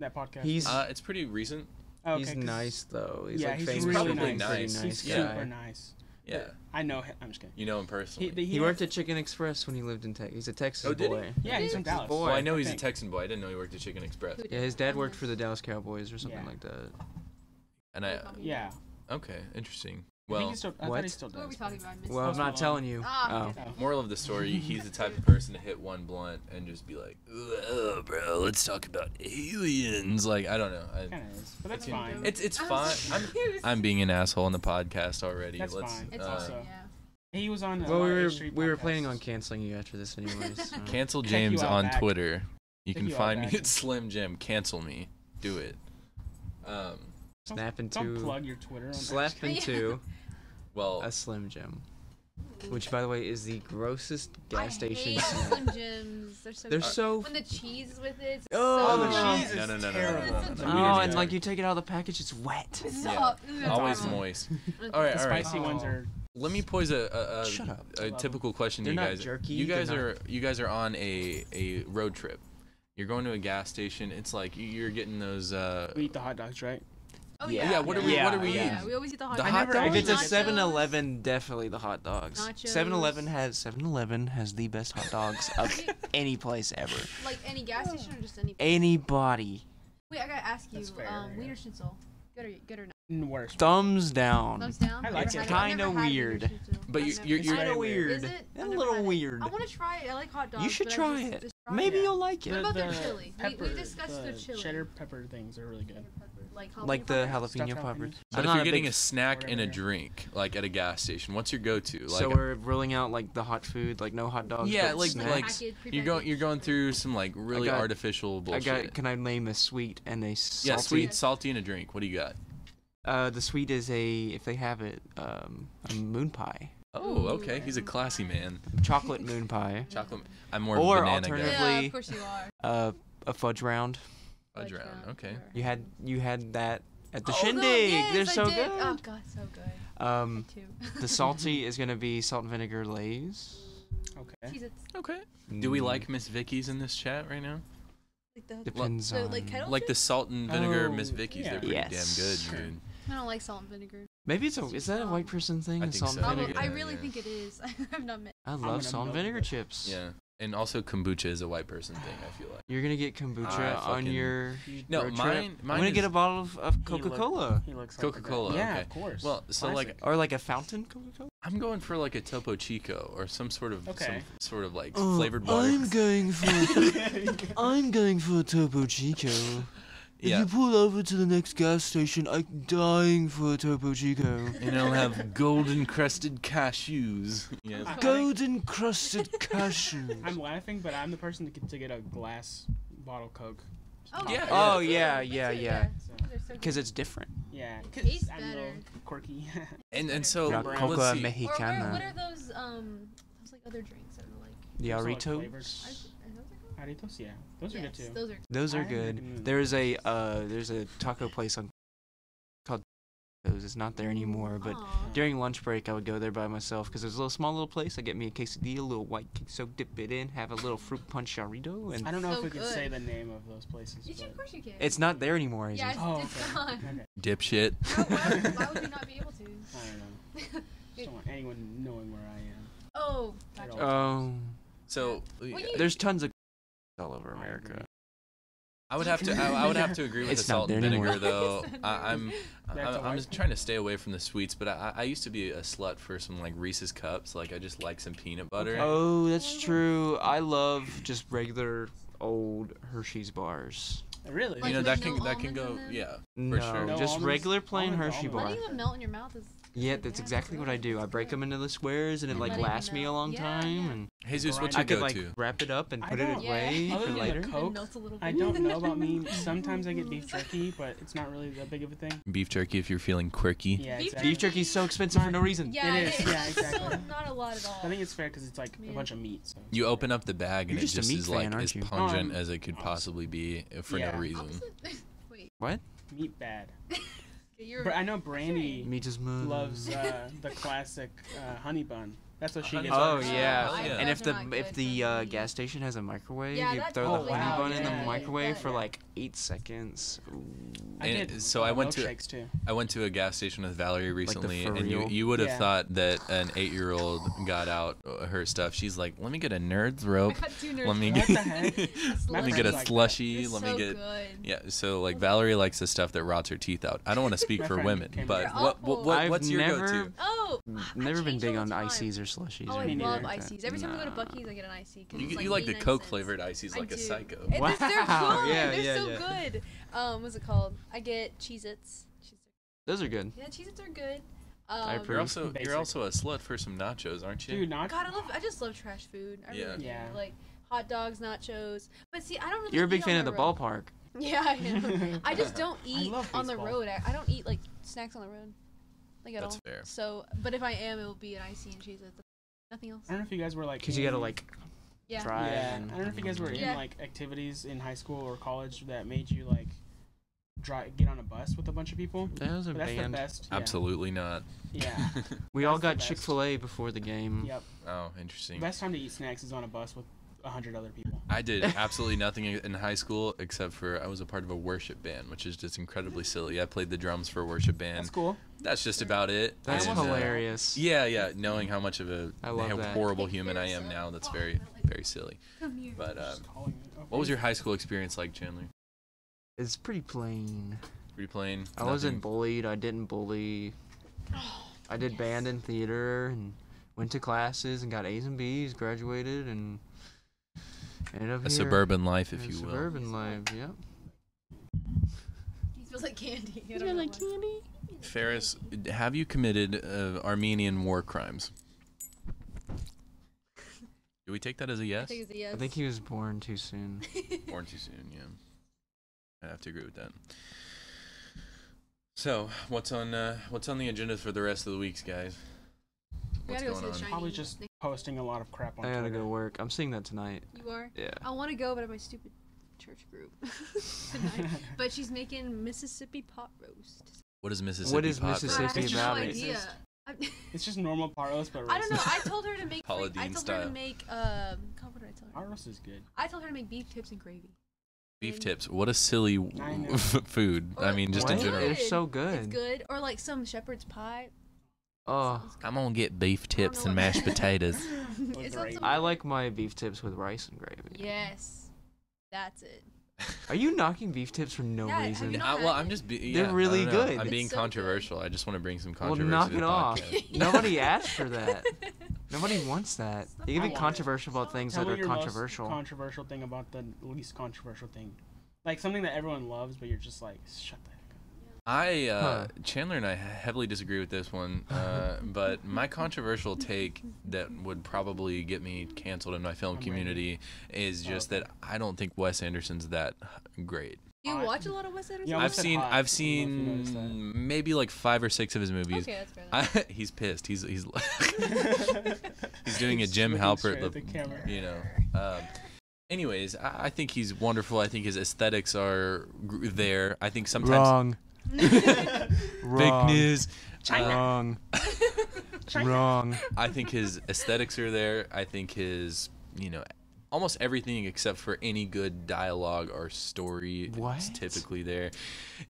That podcast.
He's
Uh, it's pretty recent.
Oh,
he's
'cause-
nice though. He's
yeah,
like
he's
famous
really
for being
nice.
pretty
He's
nice
He's
yeah.
guy.
super nice.
Yeah,
I know him. I'm just kidding.
you know him personally.
the-
He worked at Chicken Express when he lived in Texas. He's a Texas
Oh, did he?
boy.
Yeah, he's from
He's
Dallas.
boy.
well, I know he's a
think.
Texan boy. I didn't know he worked at Chicken Express.
Who did?
Yeah, his dad
Oh,
worked
nice.
for the Dallas Cowboys or something
Yeah.
like that.
And I
Yeah.
okay, interesting.
I think
Well,
he still, I thought
what?
he still
What were we
does.
talking about? I missed
Well,
it.
I'm not
Malone.
telling you.
Ah,
Oh.
okay, okay.
moral of the
[laughs]
story: he's the type of person to hit one blunt and just be like, "Ugh, "Bro, let's talk about aliens." Like, I don't know. I,
Kind of is, but that's
It's-
fine.
it's it's
I was
fine. I'm
confused.
I'm uh, being an asshole on the podcast already.
That's
let's,
fine.
It's
uh,
awesome.
also-
Yeah.
He was on. a
Well,
lot
we
of
were
H3
we were
podcasts.
planning on canceling you after
[laughs]
this anyways. so-
Cancel
Check
James
you out
on
back.
Twitter. You
Check
can
you out
find me
back.
at Slim Jim. Cancel me. Do it. Um.
Snap
Don't
into
plug your Twitter. On
slap
[laughs]
Yeah.
into
Well,
a Slim Jim, which by the way is the grossest
I
gas station.
hate
[laughs] snack.
Slim Jims. They're so
They're
good.
so
when the cheese is with it. It's
Oh,
so
the
good.
cheese
is
no, no, no, no, no,
terrible.
no, no, no,
It's
no.
a
We didn't
Oh,
do
and
that.
like you take it out of the package, it's wet.
Stop. Ugh,
always
awful.
moist. All right,
The
all right.
spicy ones are.
Let me pose a a, a,
Shut up.
a typical question
They're
to you
not
guys.
jerky,
you
they're
guys
not-
are you guys are on a a road trip. You're going to a gas station. It's like you- you're getting those. Uh,
We eat the hot dogs, right?
Oh,
Yeah.
yeah.
Yeah,
what
are we- what are we
yeah.
eating?
We always eat the hot
The
dogs.
hot I
If
never
it's a
Nachos.
7-Eleven, definitely the hot dogs.
Nachos.
7-Eleven has 7-Eleven has the best hot dogs of
[laughs]
any place ever.
Like any gas station or just any.
Anybody,
Wait, I gotta ask you.
That's fair,
um,
yeah.
Wiener Schnitzel. Good or good or not?
Mm, Worse.
thumbs down.
Thumbs down.
I like
I've
it.
never- I've
Kinda
never had Wiener
weird.
Schnitzel.
But
I've
you-
never-
you're- you're-
Kinda
Very weird.
Is
weird.
it?
A
I've never
little
had it.
weird.
I want to try it. I like hot dogs.
You should
but I've
try
just-
it.
just tried
Maybe
Yeah.
you'll like
What
it.
about their
The
chili? We- we
Pepper,
discussed
the
their chili.
Cheddar pepper things are really good.
Like, jalapeno
Like the
poppers.
jalapeno
Stuffed
poppers.
jalapenos.
I'm
but if
not
you're
a
getting
big
a snack and a
whatever.
drink, like at a gas station, what's your go-to? Like,
so we're ruling out like the hot food, like no hot dogs.
yeah,
but
like
snacks.
like
Packaged,
you're going you're
prepackaged.
going through some like really
got-
artificial
I
bullshit.
got. Can I name a sweet and a salty?
yeah, sweet, salty, and a drink. What do you got?
Uh, the sweet is a if they have it, um, a moon pie,
Oh,
Ooh,
okay. He's a classy man.
chocolate
[laughs]
moon pie,
Chocolate. I'm more of a
Or
banana
alternative-
guy.
Yeah,
Definitely.
of course you are. um,
uh, a fudge round.
Fudge
Fudge
round.
round,
Okay.
sure.
You had you had that at the
Oh, God,
shindig.
yes,
They're
I
so
did.
good.
Oh god, so good.
Um,
Too. [laughs]
the salty is gonna be salt and vinegar lays. Mm,
Okay.
She's
Okay. Do we like Miss Vicky's in this chat right now?
like the.
Depends
So,
on.
like, kettle-
Like the salt and vinegar
Oh,
Miss Vicky's,
yeah.
they're pretty
Yes.
damn good, dude.
I don't like salt and vinegar.
Maybe it's a. Is that a white person thing?
I
the
think
salt
so.
I'll-
and
Probably.
vinegar.
Oh, I
yeah,
really
yeah.
think it is. [laughs] I've not met.
I
gonna
love salt and
melt
vinegar
it.
chips.
Yeah. And also kombucha is a white person thing, I feel like.
You're gonna get kombucha
I
on
fucking-
your.
You-
No,
road trip?
mine
I'm
mine
gonna
is,
get a bottle of, of
He looked-
Coca Cola
He looks like a guy.
Coca-Cola,
Yeah,
okay.
of course. [laughs]
[laughs]
Well, so, like,
or like a fountain Coca Cola.
I'm going for like a Topo Chico or some sort of some
Okay.
sort of like
Oh,
flavored water.
Mm. going for.
[laughs]
Classic.
I'm going for a Topo Chico.
yeah.
pull over to the next gas station, I'm dying for a Topo Chico.
[laughs] And I'll have golden crested cashews. [laughs] Yes.
I-
Golden crusted cashews.
[laughs]
[laughs]
I'm laughing, but I'm the person that gets to get a glass bottle Coke.
Oh
Yeah,
Oh,
me too,
yeah,
me
yeah,
too,
yeah.
So,
Those are so
Because
good.
it's different.
yeah, 'cause
tastes
I'm a little
better.
quirky. [laughs]
And and so
Not
brown.
Coca
let's see.
Or where, what are
Mexicana.
those um those like other drinks that are like?
The
There's a lot of
Aritos.
flavors.
Are, are those like
Aritos, yeah, those are good
Yes,
too.
Those are
Those are
I
good.
recommend-
There's a uh, there's a taco place on called Those. It's not there anymore, but
Aw.
during lunch break I would go there by myself because there's a little small little place. I would get me a quesadilla, a little white queso, dip it in, have a little fruit puncharito,
I
and
don't know
So
if we can
good.
say the name of those places.
You should-
But...
of course you can.
it's not there anymore. Is
yeah,
it?
it's,
Oh,
[laughs] it's
okay.
gone.
okay.
[laughs]
Dipshit.
How, Oh, why, why would you not be able to? [laughs]
I don't know. Just don't want anyone knowing where I am.
oh, gotcha.
all.
Oh,
[laughs] So
Well, you-
there's tons of [laughs] all over America.
I would have to I, I would have to agree with
It's
the
not
salt and
there
vinegar
[laughs]
anymore.
though.
It's not there.
I, I'm
[laughs]
I,
That's a
I'm
white
just trying to stay away from the sweets, but I, I I used to be a slut for some like Reese's cups. Like I just like some peanut butter.
Oh, that's true. I love just regular old Hershey's bars.
Really?
Like
you know
with
that
no
can that can
almonds in
go
them?
yeah.
No,
sure.
No
just
almonds?
regular plain
Almonds,
Hershey
almonds.
Letting
bar.
them melt in your mouth is.
Yeah, that's exactly what I do. I break them into the squares, and it
And
like
let it
lasts me a
melt.
long
Yeah,
time.
yeah.
And
Jesus, what's
I
I
your
could
go
like
to?
wrap it up and
I
put it
don't-
Yeah.
away
Other
for
than the
later.
co-
It
Coke?
melts a little bit.
I don't know about
[laughs]
me. Sometimes I get beef jerky, but it's not really that big of a thing.
Beef jerky if you're feeling quirky.
Yeah,
Beef
exactly.
Beef jerky's so expensive for no reason.
Yeah,
It
it
is,
is.
yeah,
It's still
exactly.
Not a lot at all.
I think it's fair because it's like
Yeah.
a bunch of meat. So
You open up the bag and
You're
it
just a
just
meat
is
fan,
like
aren't
as
you?
pungent
Um,
as it could possibly be uh, for
yeah.
no reason.
Opposite? [laughs] Wait,
meat bad.
you're.
But I know Brandy
Meat is mud.
loves
Mm-hmm.
uh, the classic uh, honey bun. That's what she
honey
gets.
bun.
Oh
for-
Oh,
yeah.
yeah.
and if
Those
the
are not
if
good
the
for
uh,
me.
gas station has a microwave,
Yeah,
you
that's
throw
Oh,
the honey
wow,
bun in the
yeah,
microwave
yeah,
for
yeah.
like eight seconds. Ooh.
I
And
did.
so I
uh,
went to-
milkshakes, too.
I went to a gas station with Valerie
the
recently,
for
and you,
real?
you would have
Yeah.
thought that an eight year old got out uh, her stuff. She's like, let me get a nerd's
I [laughs]
rope.
got two nerds.
Let me get,
What
[laughs]
the
[laughs]
heck?
let
My
me get a
friends like that.
slushy.
It's
let
so
me get.
Good.
Yeah, so like Valerie likes the stuff that rots her teeth out. I don't want to speak
My
for
friend
women,
came
but
here.
what, what, what
I've
what's your
never-
go to?
Oh, I
Never been
change
big
all
on
the time.
ices or slushies.
Oh,
or
I
anything
love
like that.
ICs. Every time I go to
Nah.
Bucky's, I get an IC. 'cause
You,
it's
you
like,
like the
89
Coke
cents.
flavored ices
I
like a
do.
psycho.
And they're- They're
Wow,
good.
yeah,
they're
yeah,
so
yeah.
good. Um, what's it called? I get Cheez Its.
Those are good.
Yeah, Cheez Its are good. Um,
approve.
You're also
Basic.
you're also a slut for some nachos, aren't you?
Dude, not.
God, I love. I just love trash food. I
Yeah.
Really do.
Yeah.
Like hot dogs, nachos. But see, I don't. Really
You're a big
eat on
fan of the
road.
ballpark.
[laughs] Yeah, I
[laughs]
know.
[laughs]
I just don't eat
love
on the
baseball.
road. I, I don't eat like snacks on the road, like at
That's
all.
fair.
So, but if I am, it will be an IC and cheese. It's nothing else.
I don't know if you guys were like.
Cause you gotta
in-
like
Yeah.
drive.
Yeah,
and-
I don't know if you guys were
Yeah.
in like activities in high school or college that made you like drive, get on a bus with a bunch of people.
That was a
But that's the
band.
best. Yeah.
Absolutely not.
Yeah.
We all
That's the
got
best.
Chick Fil A before the game.
yep.
[laughs] oh, interesting.
Best time to eat snacks is on a bus with a hundred other people.
I did absolutely nothing in high school except for I was a part of a worship band, which is just incredibly silly. I played the drums for a worship band.
That's
That's,
cool.
just about it.
That's
And, uh,
hilarious.
yeah, yeah. Knowing how much of a
I love
how
that.
horrible
Take
human
care
I
of
am
yourself.
now, that's
Oh,
very,
I don't like
very silly.
Come here.
But um,
Just calling it.
what was your high school experience like, Chandler?
It's pretty plain.
Were you playing?
I wasn't
nothing?
bullied. I didn't bully. I did band and theater and went to classes and got A's and B's, graduated and ended up
a
here.
suburban life, if
A
you will.
Suburban life, yep.
He smells like candy. I
You
don't know why.
candy?
Ferris, have you committed uh, Armenian war crimes? Do we take that as a
I
yes?
think it's a yes.
I think he was born too soon.
Born too soon, yeah. I have to agree with that. So, what's on uh, what's on the agenda for the rest of the weeks, guys?
[laughs] We
What's
gotta
going
go see the
on?
shiny.
Probably just
Nick,
posting a lot of crap on
I gotta
Twitter.
[laughs]
[laughs]
go work. I'm seeing that tonight.
You are.
Yeah.
I want to go, but I'm my stupid church group [laughs] tonight. but she's making Mississippi pot roast.
What is Mississippi?
What is
pot
Mississippi
roast?
I have
about
no
it?
idea. I, [laughs]
It's just normal Paros, but
I don't know.
racist.
I told her to make.
Paula
fre- I
Deen
told her
style.
to make. Um, God, what did I tell her?
Paros is good.
I told her to make beef tips and gravy.
Beef
And-
tips. What a silly
I
[laughs]
know.
food. I
Or-
mean, just in
What?
general.
They're so
It's
good.
good, or like some shepherd's pie.
Oh,
[laughs]
I'm gonna get beef tips and
know what-
mashed potatoes.
It's not
gravy.
some-
I like my beef tips with rice and gravy.
Yes, that's it.
Are you knocking beef tips for no
Yeah, have
reason?
you
[laughs]
not-
I, well, I'm just. Be, yeah,
They're really
I don't know.
good.
I'm being
It's so good.
controversial. I just want to bring some
Well,
controversy.
knock
to the
it off.
[laughs] podcast.
Nobody asked for
[laughs]
that. Nobody wants that.
Stop.
You can
I
be
want it.
controversial about things
Tell
that
me
are
your
controversial.
most controversial thing about the least controversial thing, like something that everyone loves, but you're just like, shut the heck up.
I uh,
Huh.
Chandler and I heavily disagree with this one, uh, but my controversial take that would probably get me canceled in my film
I'm
community is
Oh,
just
okay.
that I don't think Wes Anderson's that great.
Do you watch a lot of Wes Anderson?
Yeah, I
I've
Wes
stuff?
Anderson-
seen I've
hot. I don't know if you noticed
seen maybe like five or six of his movies.
Okay, that's fair. then.
[laughs] I, he's pissed. He's he's [laughs]
[laughs]
[laughs]
he's doing a
Just
Jim
looking
Halpert
straight at
look.
the camera. [laughs]
You know. Um, anyways, I, I think he's wonderful. I think his aesthetics are gr- there. I think sometimes
[laughs]
[laughs]
fake news. Uh,
Wrong. Wrong.
I think his aesthetics are there. I think his, you know, almost everything except for any good dialogue or story
What?
is typically there.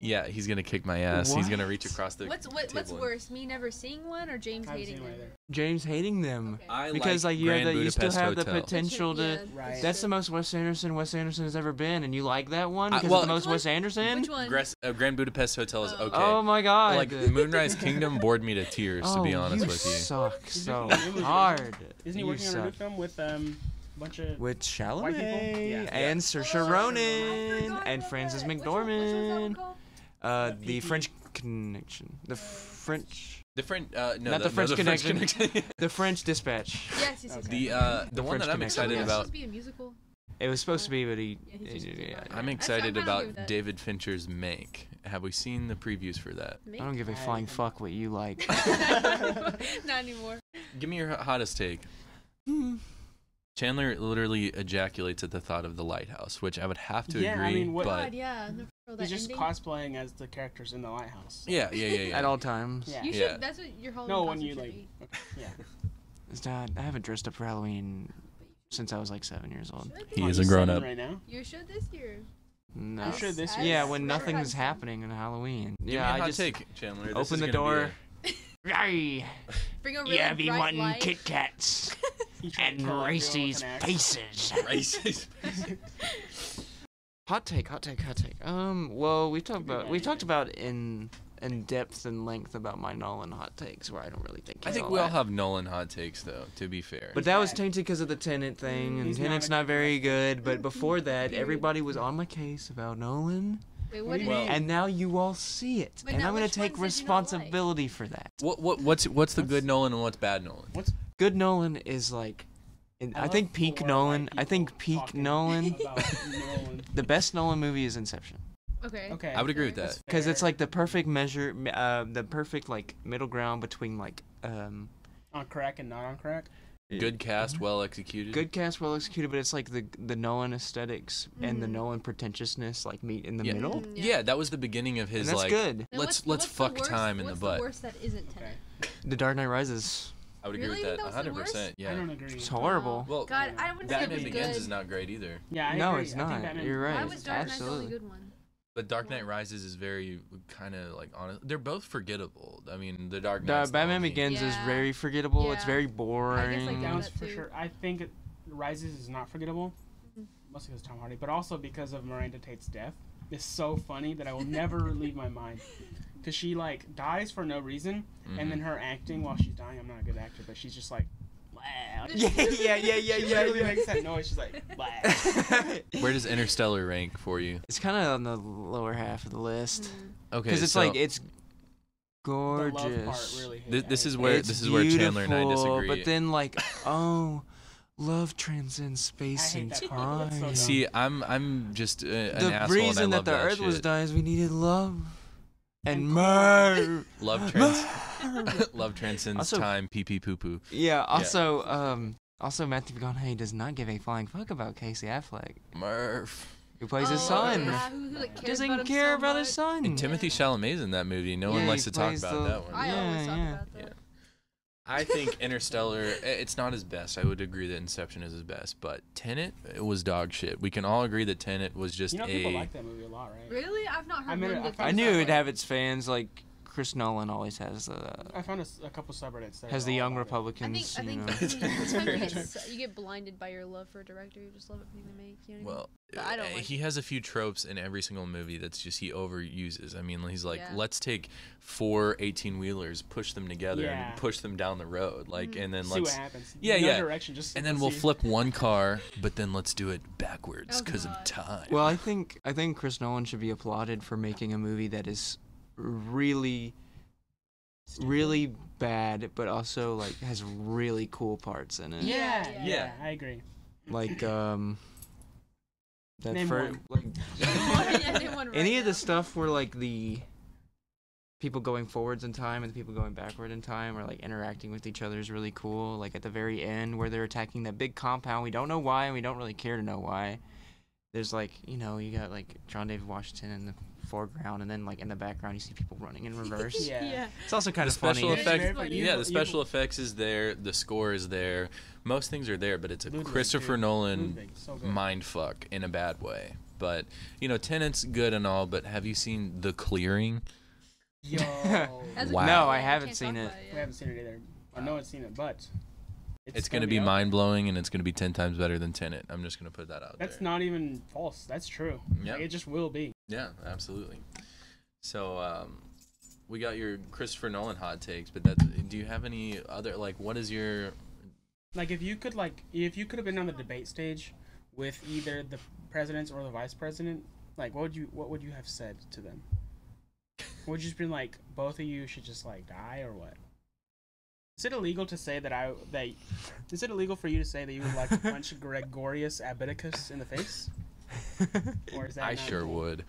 Yeah, he's gonna kick my ass. He's gonna reach across the.
What's what, what's
table and-
worse, me never seeing one or James
I haven't
hating
seen
one?
one either.
[laughs] James hating them.
Okay.
I
Because, like, you have
Grand
the- you still
Budapest
have the
Hotel.
poten- Mm. Potential to-
Yeah,
Right.
that's
That's the
true.
most Wes Anderson Wes Anderson has ever been, and you like that one
Uh,
I-
because
well-
it's the most Wes Anderson.
Which one?
Gres- uh, Grand Budapest Hotel is
Oh.
okay.
Oh my god!
like Moonrise Kingdom bored me to tears,
oh,
to be honest
you
with you.
suck
He's
so
making a movie.
hard.
Isn't he
you
working on a new
suck.
film with um, a bunch of?
With
White people?
Chalamet
Yeah.
and Sir
Oh, I
Ronan
forgot
and
about
Frances
that. Which one- which one's that one
McDormand,
called?
uh,
The
the
PP.
French Connection, the French,
Different, uh, no,
Not
no,
the French Connection.
Connection.
[laughs] the French Dispatch.
Yes, yes, yes.
Okay.
the uh, the, one
French
that I'm
Connection.
excited
Wasn't it
about.
supposed to be a musical?
It was supposed to be, but he.
Yeah, he's just-
yeah,
I'm
I- I
excited
kinda agree with
about
that.
David Fincher's Mank. Have we seen the previews for that?
I don't give a
I-
flying fuck what you
[laughs]
like.
Not anymore.
Give me your h- hottest take.
Hmm.
Chandler literally ejaculates at the thought of the lighthouse, which I would have to
Yeah, I
agree.
mean, what-
but
God, yeah. no, for that
He's just
ending.
cosplaying as the characters in the lighthouse.
yeah, yeah, yeah, yeah.
At all times.
Yeah.
You should.
Yeah.
That's what your Halloween
No, when
costume
you
should
like.
be.
Yeah.
It's not- I haven't dressed up for Halloween since I was like seven years old.
Should
He
be.
Oh,
is a
he's
grown
seven
up.
right now.
You should this year.
No.
I'm sure this
As-
is-
Yeah,
as
when
Red
nothing's
Rising.
happening in Halloween.
Give
yeah,
me a
I
hot
just
take, Chandler. This
open
is
the
gonna be
door. Aye,
Bring over
yeah,
like,
be
bright
wanting
light.
Kit Kats
He tried to
and
kill everyone with
Racy's
an axe.
faces.
a
[laughs]
racist.
Hot take, hot take, hot take. Um, well, we've talked
Could be
about
bad
we've talked
either.
about in in depth and length about my Nolan hot takes, where I don't really think.
I
he's
think we all
that.
have Nolan hot takes, though. To be fair,
But that was
He's
tainted because of the Tenant
Mm,
thing, and
He's not
Tenant's
a-
not very good. But before that, everybody was on my case about Nolan,
[laughs] Wait,
What do
what did
you
you?
mean?
and now you all see it,
But
and
now
I'm gonna
which
take
ones did you not like?
responsibility for that.
what what what's what's the
What's-
good Nolan and what's bad Nolan?
What's
Good Nolan is like, and
I
I,
love
think peak
poor
Nolan.
white
I think
people
peak
talking [laughs]
Nolan.
about
[laughs]
Nolan?
the best Nolan movie is Inception.
Okay.
Okay.
I would agree with that.
That's
because it's
fair.
like the perfect measure m- uh, the perfect like middle ground between like um
on crack and not on crack.
Good
Mm-hmm.
cast, well executed.
good cast well executed but it's like the the nolan esthetics and the
Mhm.
nolan pretentiousness like meet in the
Yeah.
middle
Mm,
Yeah. that was the beginning of his
and that's
like.
good
Now,
Let's let's
what's, what's
fuck
the worst,
time in the
what's
butt.
The worst that isn't
Okay.
Tenet.
the dark knight rises
I would agree
Really?
with
That
that.
was the
100. percent
worst?
Yeah.
I don't agree.
it's horrible
Well,
God, I wouldn't say
Batman
it was
Begins
good.
is not great either,
Yeah, I
no
agree.
it's
I think
not
Batman
you're
Why
right
was Dark Knight the only
absolutely
good one?
but Dark
Yeah.
Knight Rises is very kind of like honest. They're both forgettable. I mean, the Dark Knight.
The batman begins is
Yeah.
very forgettable it's
Yeah.
very
I guess, like, that
boring
Downs
Mm.
for
too.
sure. I think it- Rises is not forgettable,
Mhm.
mostly because Tom Hardy, but also because of Miranda Tate's death. It's so funny that I will never leave my
[laughs]
mind. Cause she like dies for no reason, and
Mm-hmm.
then her acting while she's dying. I'm not a good actor, but she's just like, "Wah," like, [laughs]
yeah yeah yeah yeah
she
yeah,
literally
yeah.
makes that noise. She's like,
[laughs]
"Wah."
[laughs]
Mm-hmm. Where does Interstellar rank for you?
it's kind of on the lower half of the list
Mm.
Okay,
because it's
so
like it's
The
gorgeous
love part really. hit
thi-
me.
this
I
is
hate
where
that.
It's
this is where Chandler and I
beautiful,
disagree.
But
[laughs]
then like, oh, love transcends space
I hate
and
that part. That's so
time.
dumb.
see, I'm I'm just uh, an
the
asshole
reason
and I
that
love
the earth
shit.
was done is we needed love and
And
[laughs] myrrh.
Love [laughs] trans
"Hmm."
[laughs] Myrrh.
love transcends
Also-
time. Pee pee poo poo.
yeah. Also, um, also Matthew McConaughey does not give a flying fuck about Casey Affleck,
Murph.
who plays his
Oh,
son.
yeah, who, who, like, cares
Doesn't
about him
care
so
about
much.
his son.
And Timothy Chalamet's in that movie. No
Yeah,
one
he
likes to talk
plays
about
the-
that one.
I always
Yeah,
talk
yeah.
about that.
I
[laughs]
think Interstellar. i- It's not his best. I would agree that Inception is his best, but Tenet it was dog shit. We can all agree that Tenet was just
You know,
a.
people like that movie a lot, right?
Really? I've not heard
I mean,
one
I found
good thing
I
Sounds
knew
about
it'd
it.
have its fans. Like Chris Nolan always has the
I found a, s- a couple subreddits that
has
are
the
all
young
about it.
I think,
Republicans.
I
you
think
know.
[laughs]
it's funny,
Very
it's-
true.
you get blinded by your love for a director. You just love everything they make. You know what I mean?
Well,
But I don't
uh,
like
he has a few tropes in every single movie that's just he overuses. I mean, he's like,
Yeah.
let's take four 18 wheelers, push them together,
Yeah.
and push them down the road, like,
Mm-hmm.
and then
See what
let's.
happens.
Yeah,
no
yeah.
Direction, just
And then
let's
we'll
see.
flip one car, but then let's do it backwards
Oh,
because
God.
of time.
[laughs] Well, I think I think Chris Nolan should be applauded for making a movie that is really, really bad, but also like has really cool parts in it.
Yeah,
Yeah,
yeah,
yeah.
I agree.
Like um, that
Name
first
one.
[laughs]
like
Yeah, they won
[laughs] any
right
of the
now.
stuff where like the people going forwards in time and the people going backward in time or like interacting with each other is really cool like at the very end where they're attacking that big compound we don't know why and we don't really care to know why there's like you know you got like john david washington in the foreground and then like in the background you see people
[laughs]
running in reverse
Yeah.
yeah.
it's also kind
the
of funny
special
It's very
effects,
funny.
yeah,
You-
the special effects is there, the score is there, most things are there, but it's a
Ludwig,
Christopher
dude.
Nolan
Ludwig, so good.
mind fuck in a bad way. But you know, Tenant's good and all, but have you seen The Clearing?
Yo,
As a
Wow. No,
kid, yeah,
I
you
haven't
can't
seen
talk
it.
about
we haven't seen it either. Or no one's seen it, but
It's, gonna, be
out.
mind blowing and it's gonna be ten times better than Tenet. I'm just gonna put that out
That's
there.
not even false. That's true.
Yeah.
Like, it just will be.
yeah, absolutely. So um, we got your Christopher Nolan hot takes, but that's do you have any other like what is your
Like if you could like if you could have been on the debate stage with either the presidents or the vice president, like what would you what would you have said to them? Would you just been like both of you should just like die or what? Is it illegal to say that I that is it illegal for you to say that you would like to punch Gregorius Abdicus in the
[laughs]
face? Or is that
I
not
sure
cool?
would.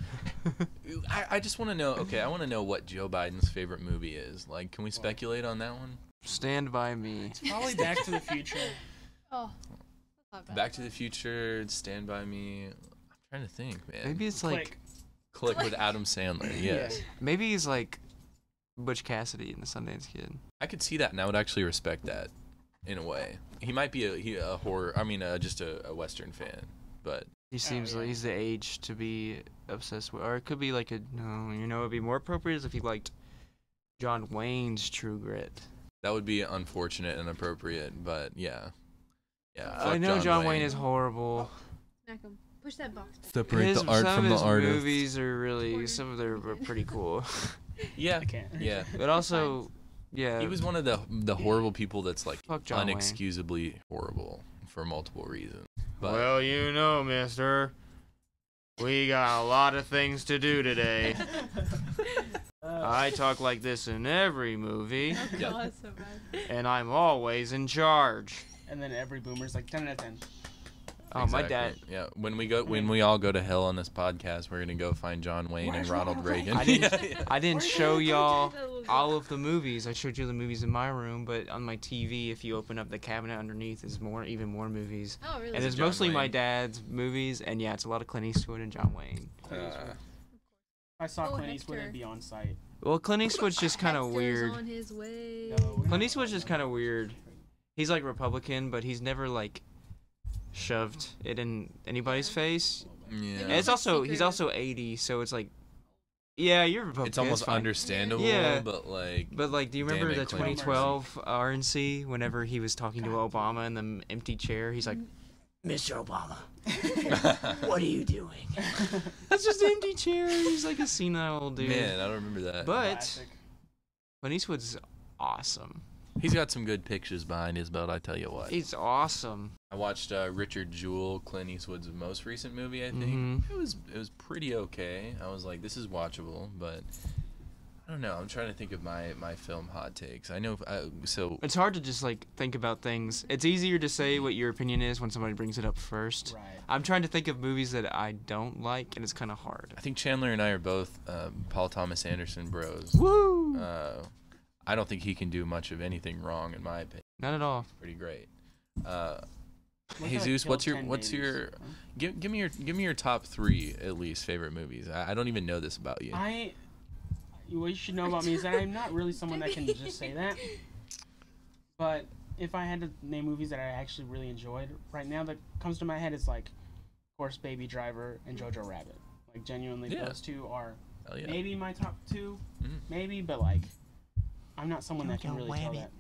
I, I just want to know. Okay, I want to know what Joe Biden's favorite movie is. Like, can we speculate on that one?
stand by me
Probably Back to the Future.
Oh, that's not bad.
Back to the Future, Stand by Me. I'm trying to think, man.
maybe it's like
Click.
Click with Adam Sandler. [laughs] Yes,
Yeah.
maybe he's like butch cassidy in the sundance kid
I could see that, and I would actually respect that in a way. He might be a he, a horror. I mean, uh, just a, a Western fan, but
He seems
yeah.
like he's the age to be obsessed with, or it could be like a no. You know, it'd be more appropriate is if he liked John Wayne's True Grit.
that would be unfortunate and inappropriate. But yeah, yeah.
Uh, I
fuck
know John, Wayne. is horrible.
Smack 'em. Push that box.
[laughs]
back.
separate
his,
the art
some
from
of
the
his
artist.
movies are really
Corner.
some of them
[laughs]
are pretty cool,
Yeah,
I can't.
yeah.
but also, yeah,
He was one of the the horrible people that's like
Fuck John Wayne.
unexcusably horrible for multiple reasons. But
you know, Mister, we got a lot of things to do [laughs] today.
Uh,
I talk like this in every movie, [laughs]
Yeah.
Oh, that's so bad.
and I'm always in charge.
And then every boomer's like ten out of ten.
Oh, my dad.
Exactly. Yeah, when we go, when we all go to hell on this podcast, we're gonna go find John Wayne and
Where's
Ronald
Ronald
Reagan.
I didn't-
[laughs] Yeah, yeah.
I didn't show y'all
That little
all of the movies. I showed you the movies in my room, but on my TV, if you open up the cabinet underneath, is more, even more movies.
girl. Oh, really?
And it's
John
mostly my
Wayne.
dad's movies, and yeah, it's a lot of Clint Eastwood and John Wayne.
Clint Eastwood.
Uh,
If I saw
Oh,
Clint Eastwood,
Hector.
it'd be on site.
Well, Clint Eastwood's just kind of
Hector's
weird.
On his way.
Clint Eastwood's just kind of weird. He's like Republican, but he's never like shoved it in anybody's face. And
yeah.
it's
It's like
also he's
secretive.
also 80, so it's like, yeah, you're Republican.
It's almost
fine.
understandable,
Yeah.
but like,
But like, do you
Damn
remember
it,
the
Clinton.
2012 RNC whenever he was talking to Obama in the m- empty chair? He's like, "Mr. Obama, what are you doing?" That's just an empty chair. He's like a senile old dude.
man, I don't remember that.
But
Classic.
Clint Eastwood's awesome.
He's got some good pictures behind his belt. I tell you what.
He's awesome.
I watched uh, Richard Jewell, Clint Eastwood's most recent movie. I think
Mhm.
it was it was pretty okay. I was like, this is watchable, but I don't know. I'm trying to think of my my film hot takes. I know uh, so.
It's hard to just like think about things. It's easier to say what your opinion is when somebody brings it up first.
Right.
I'm trying to think of movies that I don't like, and it's kind of hard.
I think Chandler and I are both uh, Paul Thomas Anderson bros.
Woo!
Uh, I don't think he can do much of anything wrong, in my opinion.
Not at all.
Pretty great. Uh,
What if I
Jesus,
killed
what's your
10
what's
babies?
your give, give me your give me your top three at least favorite movies. I, I don't even know this about you.
I. What you should know about me is that I'm not really someone that can just say that. But if I had to name movies that I actually really enjoyed right now, that comes to my head is like, of course, Baby Driver and Jojo Rabbit. Like genuinely,
Yeah.
those two are
Hell yeah.
maybe my top two,
Mhm.
maybe. But like, I'm not someone that can
Jojo
really tell
Rabbit.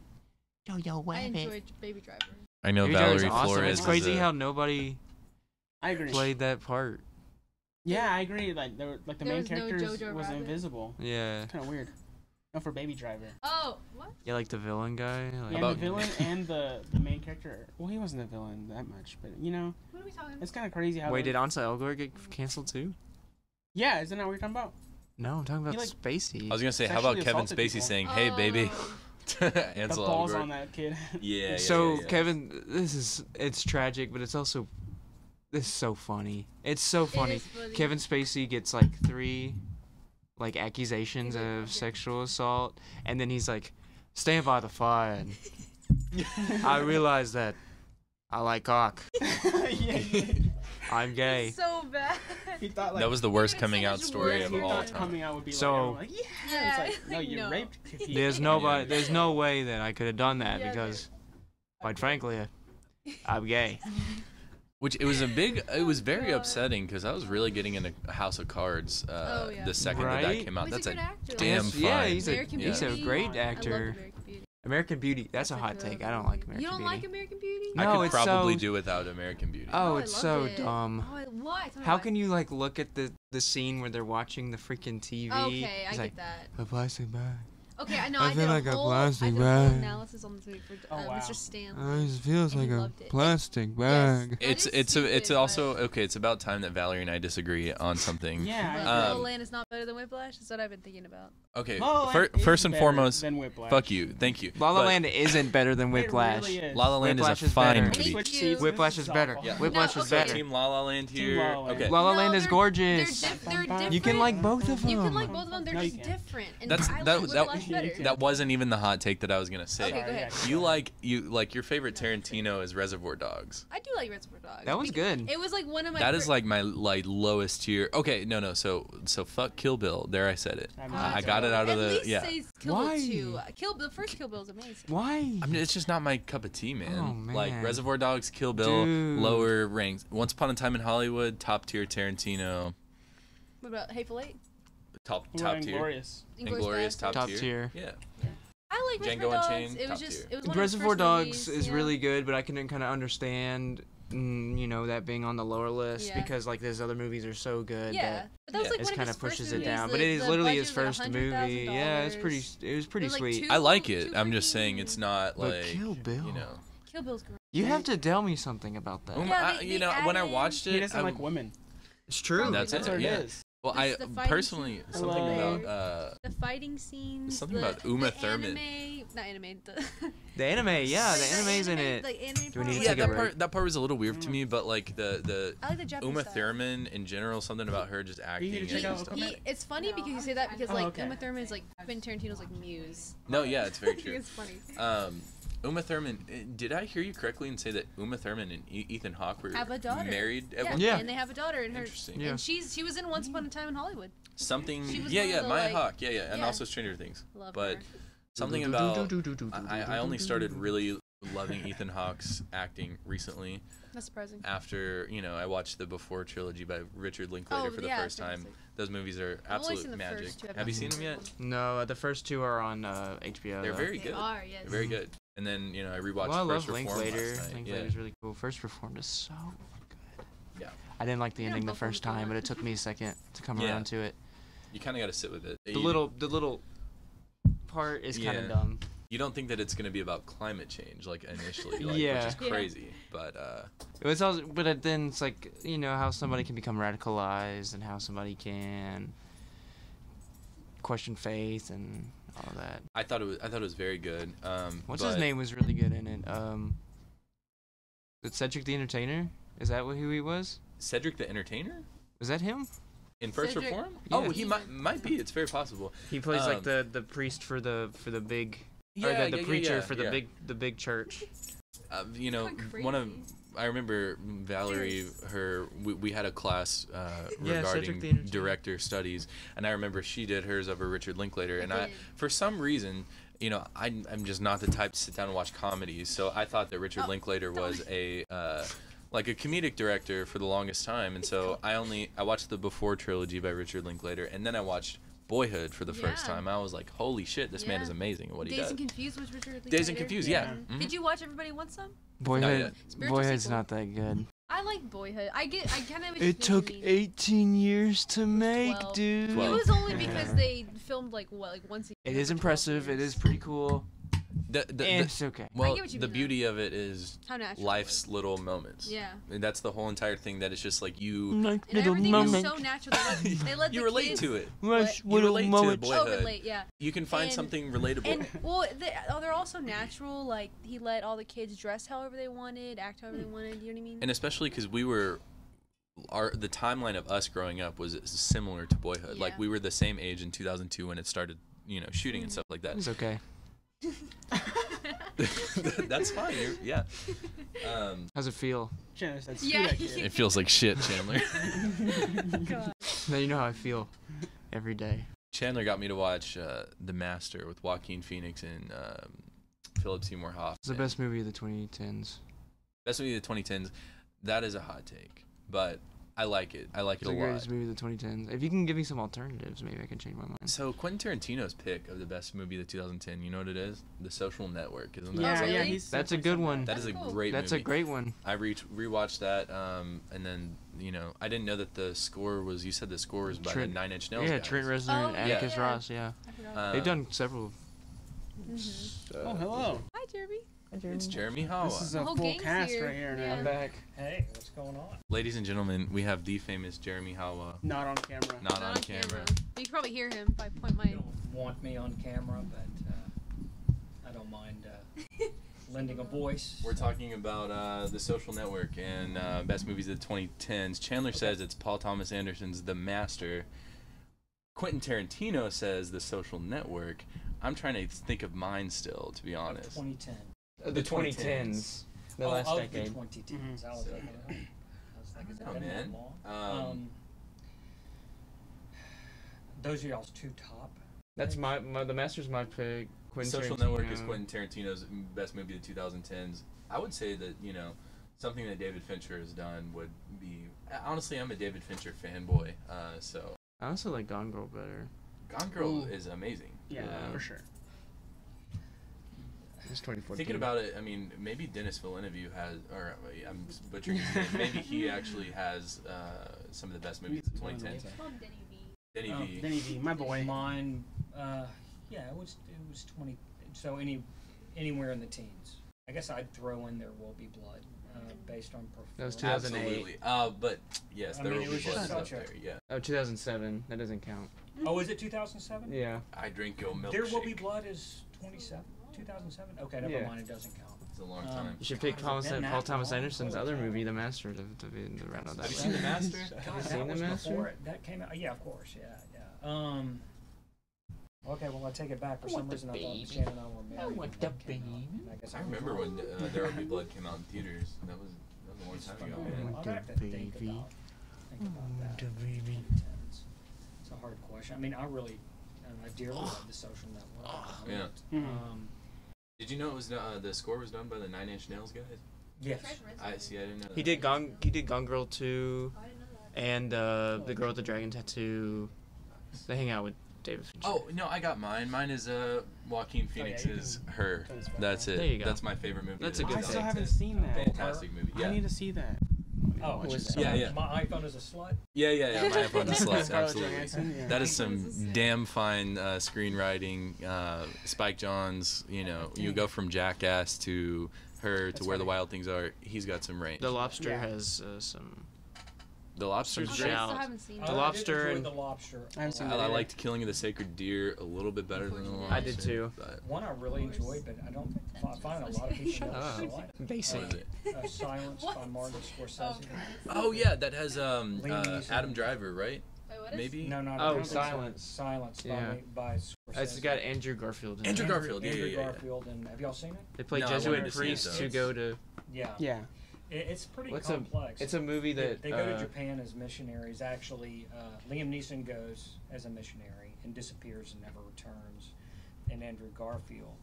that.
Yo,
I enjoyed Baby Driver.
I know Valerie Flores.
It's
is
crazy
a-
how nobody
I agree.
played that part.
Yeah, I agree. Like, there, were- like the
There
main
was no
character is-
Jojo
was
Rabbit.
invisible.
Yeah.
Kind of weird. No, for Baby Driver.
Oh, what?
Yeah, like the villain guy. Like,
Yeah,
About-
the
[laughs]
villain and the, the main character. Well, he wasn't a villain that much, but you know,
What are we talking about?
it's kind of crazy how.
Wait,
they-
did Ansa Elgor get f- canceled too?
Yeah, isn't that what you're talking about?
No, I'm talking about
He, like-
Spacey.
I was gonna say, how about
Sexually
Kevin
assaulted
Spacey
people.
saying, "Hey, baby,"
Oh.
[laughs]
The
Ansel
balls
Elgort.
on
[laughs]
that kid. [laughs]
Yeah. yeah,
so
yeah, yeah.
Kevin, this is it's tragic, but it's also this is so funny. It's so funny.
is funny.
Kevin Spacey gets like three like accusations
He's like, "Okay."
of sexual assault, and then he's like, "Stand by the fire." And I realize that I like cock.
[laughs]
yeah, yeah.
I'm gay.
So
[laughs]
bad.
He thought like
that was the worst
It's so
coming out
much
story
worse
of
than
all
that.
time.
coming out would be
So-
like, everyone like, yeah.
Yeah, [laughs]
It's like, no,
like,
you
no.
raped Kiki.
There's nobody. There's no way that I could have done that
Yeah,
because,
I'm
quite
gay.
frankly, I'm [laughs] gay.
Which it was a big. It was very
God.
upsetting because I was really getting in a House of Cards uh,
Oh, yeah.
the second that that
Right?
came out.
He's
That's
a
a
good actor.
damn
Yes, yeah,
fine.
he's a
American
he's a
Beauty.
I
great
love
I love
actor.
American Beauty.
American Beauty. That's a
I
hot
love
take. I
American
don't like
Beauty.
American
You don't
Beauty.
like American Beauty?
I
No,
could
it's
probably
so-
do without American Beauty.
Oh,
Oh, I
it's
loved
so
it.
dumb.
Oh, I- why? Tell me
How
why.
can you like look at the the scene where they're watching the freaking TV?
Okay, I
It's
get
like,
that.
A plastic bag.
Okay, I know.
I
I,
feel
did a
like a
whole,
plastic
I did a whole
bag.
analysis on this movie for uh,
Oh, wow.
Mr. Stanley.
Oh, it feels
And
like
he
a
loved it.
plastic bag.
That
It's
is
it's a, it's
stupid,
also
but-
okay. It's about time that Valerie and I disagree on something. [laughs]
But
Yeah.
Um,
La La Land is not better than Whiplash. That's what I've been thinking about.
Okay.
La La Land
fir-
is
first and
better
foremost,
than Whiplash.
fuck you. Thank you.
La La
But
Land isn't better [laughs] than
It
Whiplash.
really is.
La La Land
Whiplash
is a
is
fine
better.
movie.
Thank
Switch
you.
seats,
Whiplash
this
is better.
awful.
Yeah.
Whiplash
No,
is
okay.
better.
Team La La Land
Team
here.
La La Land.
Okay.
La La
No,
Land is
they're-
gorgeous.
They're, diff- they're different.
You can like both of them.
You can like both of them. They're
No, you
just
can't.
different. And
That's
I
that
like
that,
Whiplash better.
that wasn't even the hot take that I was gonna say.
Okay, go ahead.
You like you like your favorite Tarantino is Reservoir Dogs.
I do like Reservoir Dogs.
That was
Be-
good.
It was like one of my.
That is
fir-
like my like lowest tier. Okay, no no. So so fuck Kill Bill. There I said it.
I mean,
I got it out of
At
the
least
yeah.
say Kill Bill
Why?
two. Kill the first Kill Bill is amazing.
Why?
I mean, it's just not my cup of tea, man.
Oh,
Like
man.
Reservoir Dogs, Kill Bill,
Dude.
lower ranks. Once Upon a Time in Hollywood, top tier Tarantino,
What about Hateful Eight?
top
Top
top tier.
Glorious.
Inglourious
Inglorious
Basterds?
top,
Top
tier.
tier.
Yeah.
I like
Django
Reservoir Dogs.
Unchained,
it was
top
just.
tier.
It was one
Reservoir
of the
Dogs
first movies,
is
yeah.
really good, but I can kind of understand, mm, you know, that being on the lower list
Yeah.
because like those other movies are so good.
Yeah,
that
but that was
Yeah.
like
it
one of
kind
his
of
first
pushes it
movies.
down.
The-
But it is
the
literally
budget
his
was, like,
first movie. Yeah, it's pretty.
$100,000.
It was
It
pretty
was, like,
sweet.
two-
I like it.
two
I'm just saying
freaking-
it's not
But
like
Kill Bill.
you know.
Kill Bill's great.
You have to tell me something about that.
Um,
Yeah,
I-
they-
you
they
know, when I
added-
watched it,
He doesn't
I-
like
[laughs]
women.
It's true.
Probably.
That's
That's
it,
what
yeah.
it is.
Well, I
It's the fighting
personally
scene.
something
Hello.
about uh,
The fighting scenes.
Something
the,
about Uma
the
Thurman.
Anime, not anime. The,
The
[laughs]
anime, yeah,
the
Ah, the anime's in
anime-
it.
Like anime
Do we
part
need to
where
yeah,
take a
that
they're-
break?
part that part was a little weird to me,
Mm.
but like the the
I like the Japanese
Uma
style.
Thurman in general, something about her just acting.
need to
and
check out
stuff.
Okami?
He, it's funny because you say that because
Oh,
like
okay.
Uma Thurman is like Quentin Tarantino's like muse.
No, yeah, it's
[laughs]
very true.
it's funny.
Um, Uma Thurman, eh, did I hear you correctly and say that Uma Thurman and E- Ethan Hawke were
Have a daughter.
married at
Yeah,
one
Yeah.
and they have a daughter and her.
Interesting.
Yeah.
And she's she was in Once Upon a Time in Hollywood.
Something.
She was
Yeah,
one of
yeah,
the,
Maya
like-
Hawk. Yeah, yeah, and
yeah.
also Stranger Things.
Love
but
her.
something about I, I only started really loving Ethan Hawke's acting recently
Not surprising.
after you know I watched the Before trilogy by Richard Linklater
Oh,
for the
yeah,
first time.
fantastic.
Those movies are
I've only seen
absolute
the
magic.
first two. I've
Have
not
you seen them
the
yet?
third one.
No, uh, the first two are on uh, HBO.
They're
though.
very
They
good.
are yes.
They're very good. And then you know I rewatched
Well, I love
First Reform
Linklater.
last night. Yeah.
Linklater's really cool. First Reformed is so good.
Yeah.
I didn't like the
Yeah,
ending the
both of them
first
do
time,
that.
but it took me a second to come
Yeah.
around to it.
You kind of got to sit with it.
The
You-
little, the little part is kind
Yeah.
of dumb.
you don't think that it's going to be about climate change like initially like,
Yeah.
which is
Yeah.
crazy but uh
It was also, but it- then it's like you know how somebody can become radicalized and how somebody can question faith and all that.
i thought it was i thought it was very good um
What's
but
his name was really good in it. Um, was it Cedric the Entertainer? Is that what- who he was?
cedric the entertainer
Was that him?
in first
Cedric-
reform
Yeah.
oh he might might be it's very possible
He
plays, like, Um,
the the priest for the for the big
uh, Yeah, yeah, yeah, yeah, yeah.
the big church.
uh, you know
Going
one of
crazy.
i remember valerie
Serious.
her we, we had a class
[laughs]
uh
Yeah,
regarding
Cedric the Entertainer.
director studies and i remember she did hers over richard linklater and i
did.
for some reason you know, I, I'm just not the type to sit down and watch comedies. So I thought that Richard
Oh,
Linklater
don't.
was a uh, like a comedic director for the longest time, and so I only I watched the Before trilogy by Richard Linklater, and then I watched Boyhood for the first
Yeah.
time. I was like, holy shit, this man
Yeah.
is amazing at what he
Days
does.
and Confused was Richard Linklater.
Days and Confused, yeah.
Yeah.
Mhm.
Did you watch Everybody Wants Some?
Boyhood,
Spiritual
Boyhood's
sequel.
not that good.
I like Boyhood. I get. I kind of.
It took 18 years to make,
Twelve.
dude.
It
Twelve.
was only because
Yeah.
they filmed like what, like once a year.
It is
for 12
impressive. It
years.
is pretty cool.
The- the-
Eh,
the-
it's okay.
well,
get what you
the
mean, though.
beauty of it is
How natural. it
life's
was.
little moments.
Yeah.
And that's the whole entire thing. That it's just like you,
Like
And everything is so natural. They let, they
[laughs]
let
you
the
relate
kids
to it.
Nice
You relate to
Oh,
boyhood.
relate, yeah.
You can find
And-
something relatable.
And well, they, oh, they're also natural. Like he let all the kids dress however they wanted, act however they wanted. You know what I mean?
and especially because we were our the timeline of us growing up was similar to boyhood
Yeah. Mm.
like we were the same age in 2002 when it started you know shooting and stuff like
[laughs]
that [laughs]
It's okay.
that's fine you're,
[laughs]
yeah um,
How's it feel? [laughs]
Chandler said, "Screw
Yeah.
that kid."
it feels like shit chandler
God.
Now you know how I feel every day.
[laughs] chandler got me to watch uh, the master with joaquin phoenix and um, philip seymour hoffman
It's the best movie of the 2010s.
best movie of the 2010s that is a hot take but i like it i like
It's
it a
the
lot
greatest movie of the 2010s. If you can give me some alternatives, maybe I can change my mind.
so Quentin Tarantino's pick of the best movie of the 2010, you know what it is? The Social Network, isn't that?
Yeah,
Oh, Really?
yeah, he's
That's a
definitely
good
said
one.
That is a
Cool.
great.
That's
movie.
a great one.
I re- rewatched that, um, and then you know I didn't know that the score was. You said the score was by
Trent-
the Nine Inch Nails.
Yeah,
guys.
Trent Reznor
Oh,
and
yeah.
Atticus
yeah.
Ross. Yeah,
I forgot.
Um,
they've done several.
Mhm.
Oh, hello.
Hi, Jeremy.
It's Jeremy Howa.
This is a
whole
full
gang's
cast
here.
right here now.
Yeah.
back.
Hey, what's going on?
Ladies and gentlemen, we have the famous Jeremy Howa,
Not on camera.
not on camera.
You can probably hear him if I point my.
You don't want me on camera, but uh, I don't mind uh, lending a voice.
We're talking about uh, the Social Network and uh, best movies of the 2010s. Chandler says it's Paul Thomas Anderson's The Master. Quentin Tarantino says The Social Network. I'm trying to think of mine still, to be honest.
2010.
The 2010s.
The
oh,
last
of
decade.
the 2010s. I was
So-
like, uh, I was like, is
Oh,
that been
man.
that long?
Um,
those are y'all's two top.
That's my, my the master's my pick. Quentin
Social
Tarantino.
Network is Quentin Tarantino's best movie of the 2010s. I would say that you know something that David Fincher has done would be honestly I'm a David Fincher fanboy, uh, so
I also like Gone Girl better.
Gone Girl
Ooh.
is amazing.
Yeah,
Yeah.
for sure.
It's 2014.
Thinking about it, I mean, maybe Dennis Villeneuve has, or uh, I'm butchering his name. Maybe he actually has uh, some of the best movies of the 2010s. Denny
Oh,
V.
Denny V, my boy.
Mine, uh, yeah, it was it was 20. So any anywhere in the teens. I guess I'd throw in There Will Be Blood, uh, based on performance.
That was 2008.
Absolutely. Uh, but yes,
I
there
mean, it
will be
was just
blood up
such
there.
a-
Yeah,
Oh, 2007. That doesn't count.
Oh, is it 2007?
Yeah.
I drink your milk.
There Will Be Blood is 27, 2007. Okay, never
Yeah.
mind. It doesn't count.
It's a long
Um,
time.
You should pick
God, has it
Thomas
been
Paul
that
Thomas
long?
Anderson's
Holy
other
cow.
movie, The Master, to, to be in the round of that.
Oh, Have you seen The
[laughs]
list.
Master?
[laughs] God,
seen
that
The
was
Master?
before it. That came out. Yeah, of course. Yeah, yeah. Um. Okay, well I take it back. For
I want
some
the
reason I thought
baby.
Shannon and I were married.
want
when
the
that came out.
baby.
I guess
I
I'm
remember
wrong.
when uh, There Will Be Blood came out in theaters. That was that was a long time ago.
I
Man.
want
I'll
the
have to think
baby.
about, think about that.
baby.
Intense. It's a hard question. I mean, I really, and I dearly love the social network. I love
Yeah.
it.
Mhm.
Um,
Did you know it was uh, the score was done by the Nine Inch Nails guys?
yes.
I see. I didn't know. That.
He did Gone. He did Gone Girl two, and uh, the girl with the dragon tattoo. They hang out with David Fincher.
Oh no, I got mine. Mine is uh Joaquin Phoenix's Her.
turn this back
That's it.
There you go.
That's my favorite movie.
That's
of
a
the
good
I still
pick.
2010s.
haven't seen that.
Fantastic movie.
I
Yeah.
need to see that.
Oh,
Watch
is
it.
that-
Yeah, yeah.
My iPhone is a slut.
yeah, yeah, yeah. My
[laughs]
iPhone is slut.
Scarlett
Absolutely.
Johansson, yeah.
That is
This
some
is-
damn fine uh, screenwriting. Uh, Spike Jonze, you know, you go from Jackass to her to
That's
where the
funny.
wild things are. He's got some range.
The lobster
Yeah.
has uh, some.
The lobster's
I
Some
great.
shell.
still haven't seen
Uh,
it.
The
Oh,
lobster
I did enjoy
and-
the lobster.
I haven't seen
I,
that
I
either.
liked Killing of the Sacred Deer a little bit better than the lobster.
I did too.
But
One I really enjoyed, but I don't I find a lot of people
Shut
don't
up.
really like.
Basic.
what is it?
Uh, Silence by Martin Scorsese.
Oh yeah, that has um
Liam
uh,
Neeson.
Adam Driver, right? Maybe.
No, not
Oh,
I don't think so.
Silence.
Silence by,
Yeah.
by Scorsese.
It's got Andrew Garfield. In
Andrew
it.
Gar- Garfield, yeah,
Andrew
yeah, yeah, yeah.
Garfield, and have y'all seen it?
They play
No, I
Jesuit
wanted to see it,
priests
though.
who go to.
Yeah.
Yeah.
It, it's pretty
What's a-
complex.
It's a movie
They-
that
they go to
uh,
Japan as missionaries. Actually, uh, Liam Neeson goes as a missionary and disappears and never returns. and Andrew Garfield.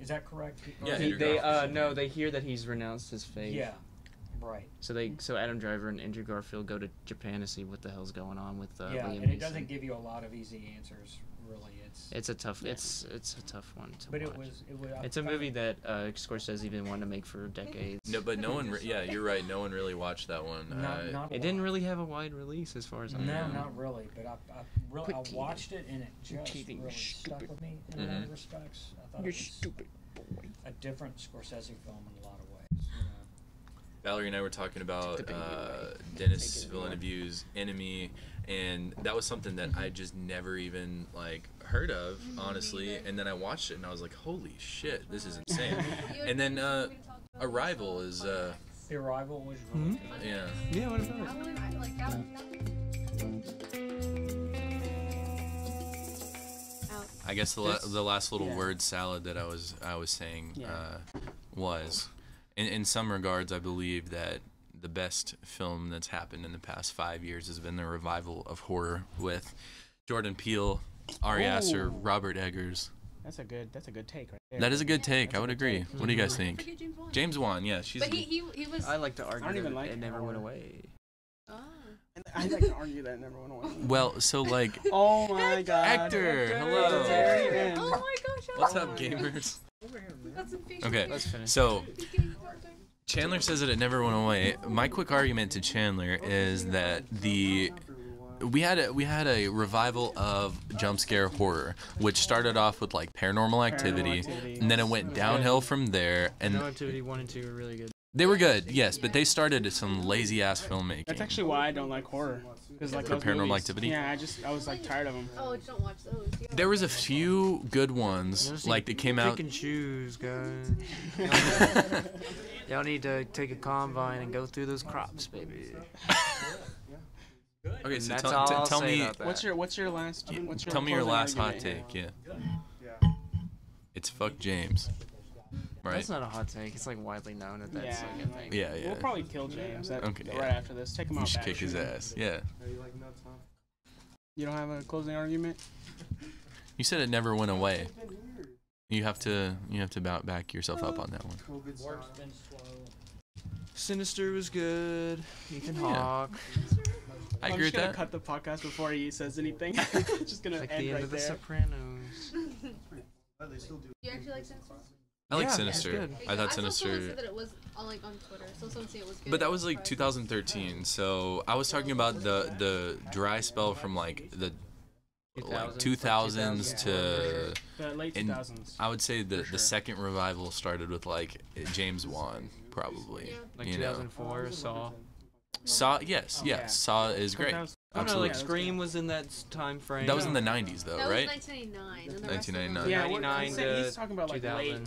Is that correct?
Yeah,
He-
Andrew
they
Garfield's
uh
in
no,
there.
they hear that he's renounced his faith.
Yeah, right.
So they so Adam Driver and Andrew Garfield go to Japan to see what the hell's going on with uh,
yeah,
Liam
and it
Neeson.
doesn't give you a lot of easy answers, really. It's
It's a tough.
Yeah.
It's it's a tough one to
but
watch.
it was it was. I
it's a
found
movie
it-
that uh, Scorsese's been wanting to make for decades.
No, but no one. Re- yeah, you're right. No one really watched that one.
Not,
uh,
not a
It didn't
lot.
really have a wide release, as far as I
No,
know.
not really. But I, I really
Quit
I
teething.
watched it and it
You're
just
teething,
really stuck
stupid. Mm-hmm.
with me in a lot
Mhm.
of respects. I thought it was
boy.
a different Scorsese film in a lot of ways. You know?
Valerie and I were talking about
Take the baby
uh,
away.
Dennis
Take it away.
Villeneuve's Enemy, and that was something that I just never even like heard of,
Mhm, me
honestly.
either.
And then I watched it, and I was like, "Holy shit, this is
Wow. [laughs]
insane!" And then, uh, Arrival is, uh,
The Arrival was really
Mhm.
good.
yeah.
Yeah, what
That
about it?
one, I like that one. Out.
I guess the la-
This-
the last little
yeah.
word salad that I was I was saying
Yeah.
uh, was, in in some regards, I believe that the best film that's happened in the past five years has been the revival of horror with Jordan Peele, Ari Aster,
Ooh.
Robert Eggers.
That's a good. That's a good take right there.
That is a good take.
That's
I
a
would
good
agree.
take.
What do you guys
I
think?
forget James Wan.
James Wan, yeah, she's.
But he, he, he was.
I like to argue
even
that
like
it never went
horror.
away.
oh.
I'd like to argue that never went away.
well, so
[laughs]
like,
Oh my god.
Actor, hello.
Terry.
Oh my gosh. I
what's
love
up,
it.
gamers?
Over here, man.
That's impatient.
Okay.
Let's finish.
So
He's getting worked up.
Chandler says that it never went away. My quick argument to Chandler is that the we had a we had a revival of jump scare horror, which started off with like paranormal activity,
Activity.
and then it went downhill from there.
No
And
activity one and two are really good.
they were good, yes, but they started at some lazy ass filmmaking.
That's actually why I don't like horror. Because like
The
those
Paranormal
movies-
Activity?
Yeah, I just I was like tired of them.
Oh, don't watch those. Yeah.
there was a few good ones like that came out.
Pick [laughs] and choose, guys. Y'all need to take a combine and go through those crops, baby.
[laughs] Okay, so
That's
tell,
all
t-
I'll
tell
say
me
about
[laughs]
that.
What's your What's your last? What's your
tell me your
closing
last hot
argument?
take. Yeah, it's fuck James, right?
That's not a hot take. It's like widely known that that's
Yeah,
like a
like-
thing.
Yeah, yeah.
We'll probably kill James that,
Okay,
right
yeah.
after this. Take him
You
out.
should
back.
kick his ass. Yeah.
You don't have a closing argument.
You said it never went away. You have to you have to bout back yourself up on that one.
Warp's been slow.
Sinister was good. Ethan
Yeah.
Hawke.
I
am
agree with
just gonna
that.
cut the podcast before he says anything. [laughs] just gonna
Like
end
the end
right
of The
there.
Sopranos.
You actually like Sinister?
I like
Yeah,
Sinister.
it's
I thought
saw someone say
Sinister,
that it was on, like on Twitter. So someone said it was good.
but that was like
Surprised.
2013. So I was talking about the the dry spell from like the like 2000s to
The late
And-
2000s.
I would say the
For
the
sure.
second revival started with like James Wan probably.
Yeah.
Like
You know,
2004, Saw.
Saw yes
Yeah.
yes Saw is great.
2000s.
I don't know,
Absolutely.
Oh, like Scream was in that s- time frame.
That was in the 90s though,
That was
right?
1999. and the rest of them-
1999.
Yeah, what-
99
I'm saying he's
to
talking about like
2000.
late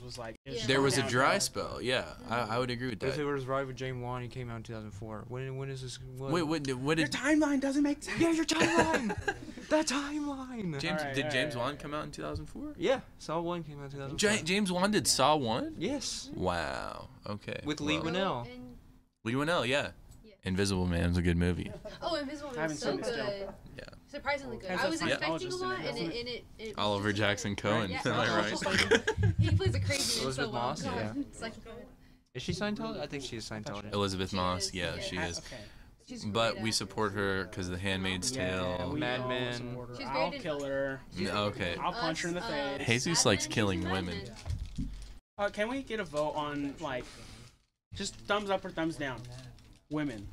2000s was like. it
Yeah.
There was a
downhill.
dry spell. Yeah, I, I would agree with
If it
that.
was right with James Wan, he came out in 2004. When when is this? What?
Wait, what did- what
Your
did
timeline doesn't make sense.
Yeah, your timeline. [laughs] that timeline.
James
Alright,
did
alright,
James Wan
alright.
come out in 2004?
Yeah, Saw One came out in 2004.
Ja- James Wan did Saw One.
yes.
Wow. Okay.
With Lee
Well,
Win- Winnell.
Oh, And-
Lee Winnell, yeah.
Yeah.
Invisible Man's a good movie.
Oh, Invisible
I
Man
haven't
was so
seen it still.
good.
Yeah.
Surprisingly good.
Has
I
a
was
Yeah.
expecting a
psychologist in
lot,
it,
and
doesn't
it, and it, it was
Oliver
just-
Jackson Cohen.
Yeah.
Am
[laughs]
I right?
[laughs] He plays a crazy man so
Elizabeth
well.
Moss,
God,
yeah.
it's like-
Is she Scientology? I think she is Scientology.
Elizabeth
She
Moss,
is,
yeah,
yeah.
she
Ah,
is.
okay.
she's
But
great
we
at it.
support her because The Handmaid's
Yeah,
Tale.
we
Mad
all
Men.
support her. Ah,
She's
I'll
great in-
kill her.
N- okay.
I'll punch her in the
Us, um,
face.
uh,
Jesus
Mad
likes
Men,
killing
Mad
women.
Men.
Uh, can we get a vote on like, just thumbs up or thumbs down? Women.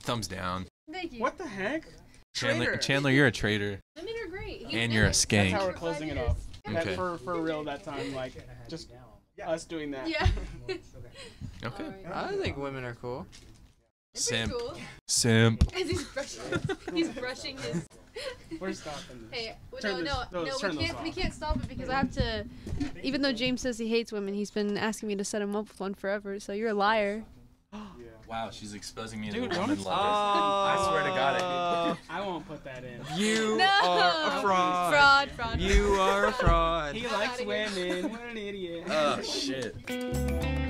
Thumbs down.
Thank you.
What the heck?
Chandler,
Traitor.
Chandler, you're a traitor.
Women are great.
And you're a
That's
skank.
how
Dang.
we're closing it off. That
Okay.
for for real that time, like just [laughs] us doing that.
Yeah. [laughs]
Okay.
I think women are
[laughs]
cool.
Simp.
Cool. [laughs]
Simp.
As he's brushing, he's brushing his.
We're stopping this.
Hey, well,
Turn
no,
this-
no,
those-
no,
turn
we
those
can't, we
off.
can't stop it because I have to. Even though James says he hates women, he's been asking me to set him up with one forever. So you're a liar.
Wow, she's exposing me
to Dude, the woman don't-
Oh, I
swear to God, I
I won't put that
[laughs]
in.
[laughs]
Uh, You
No.
are a fraud.
Fraud, fraud.
You are a fraud.
He
I'm
likes
[laughs] outta here.
Uh,
women. What an idiot.
Oh, shit.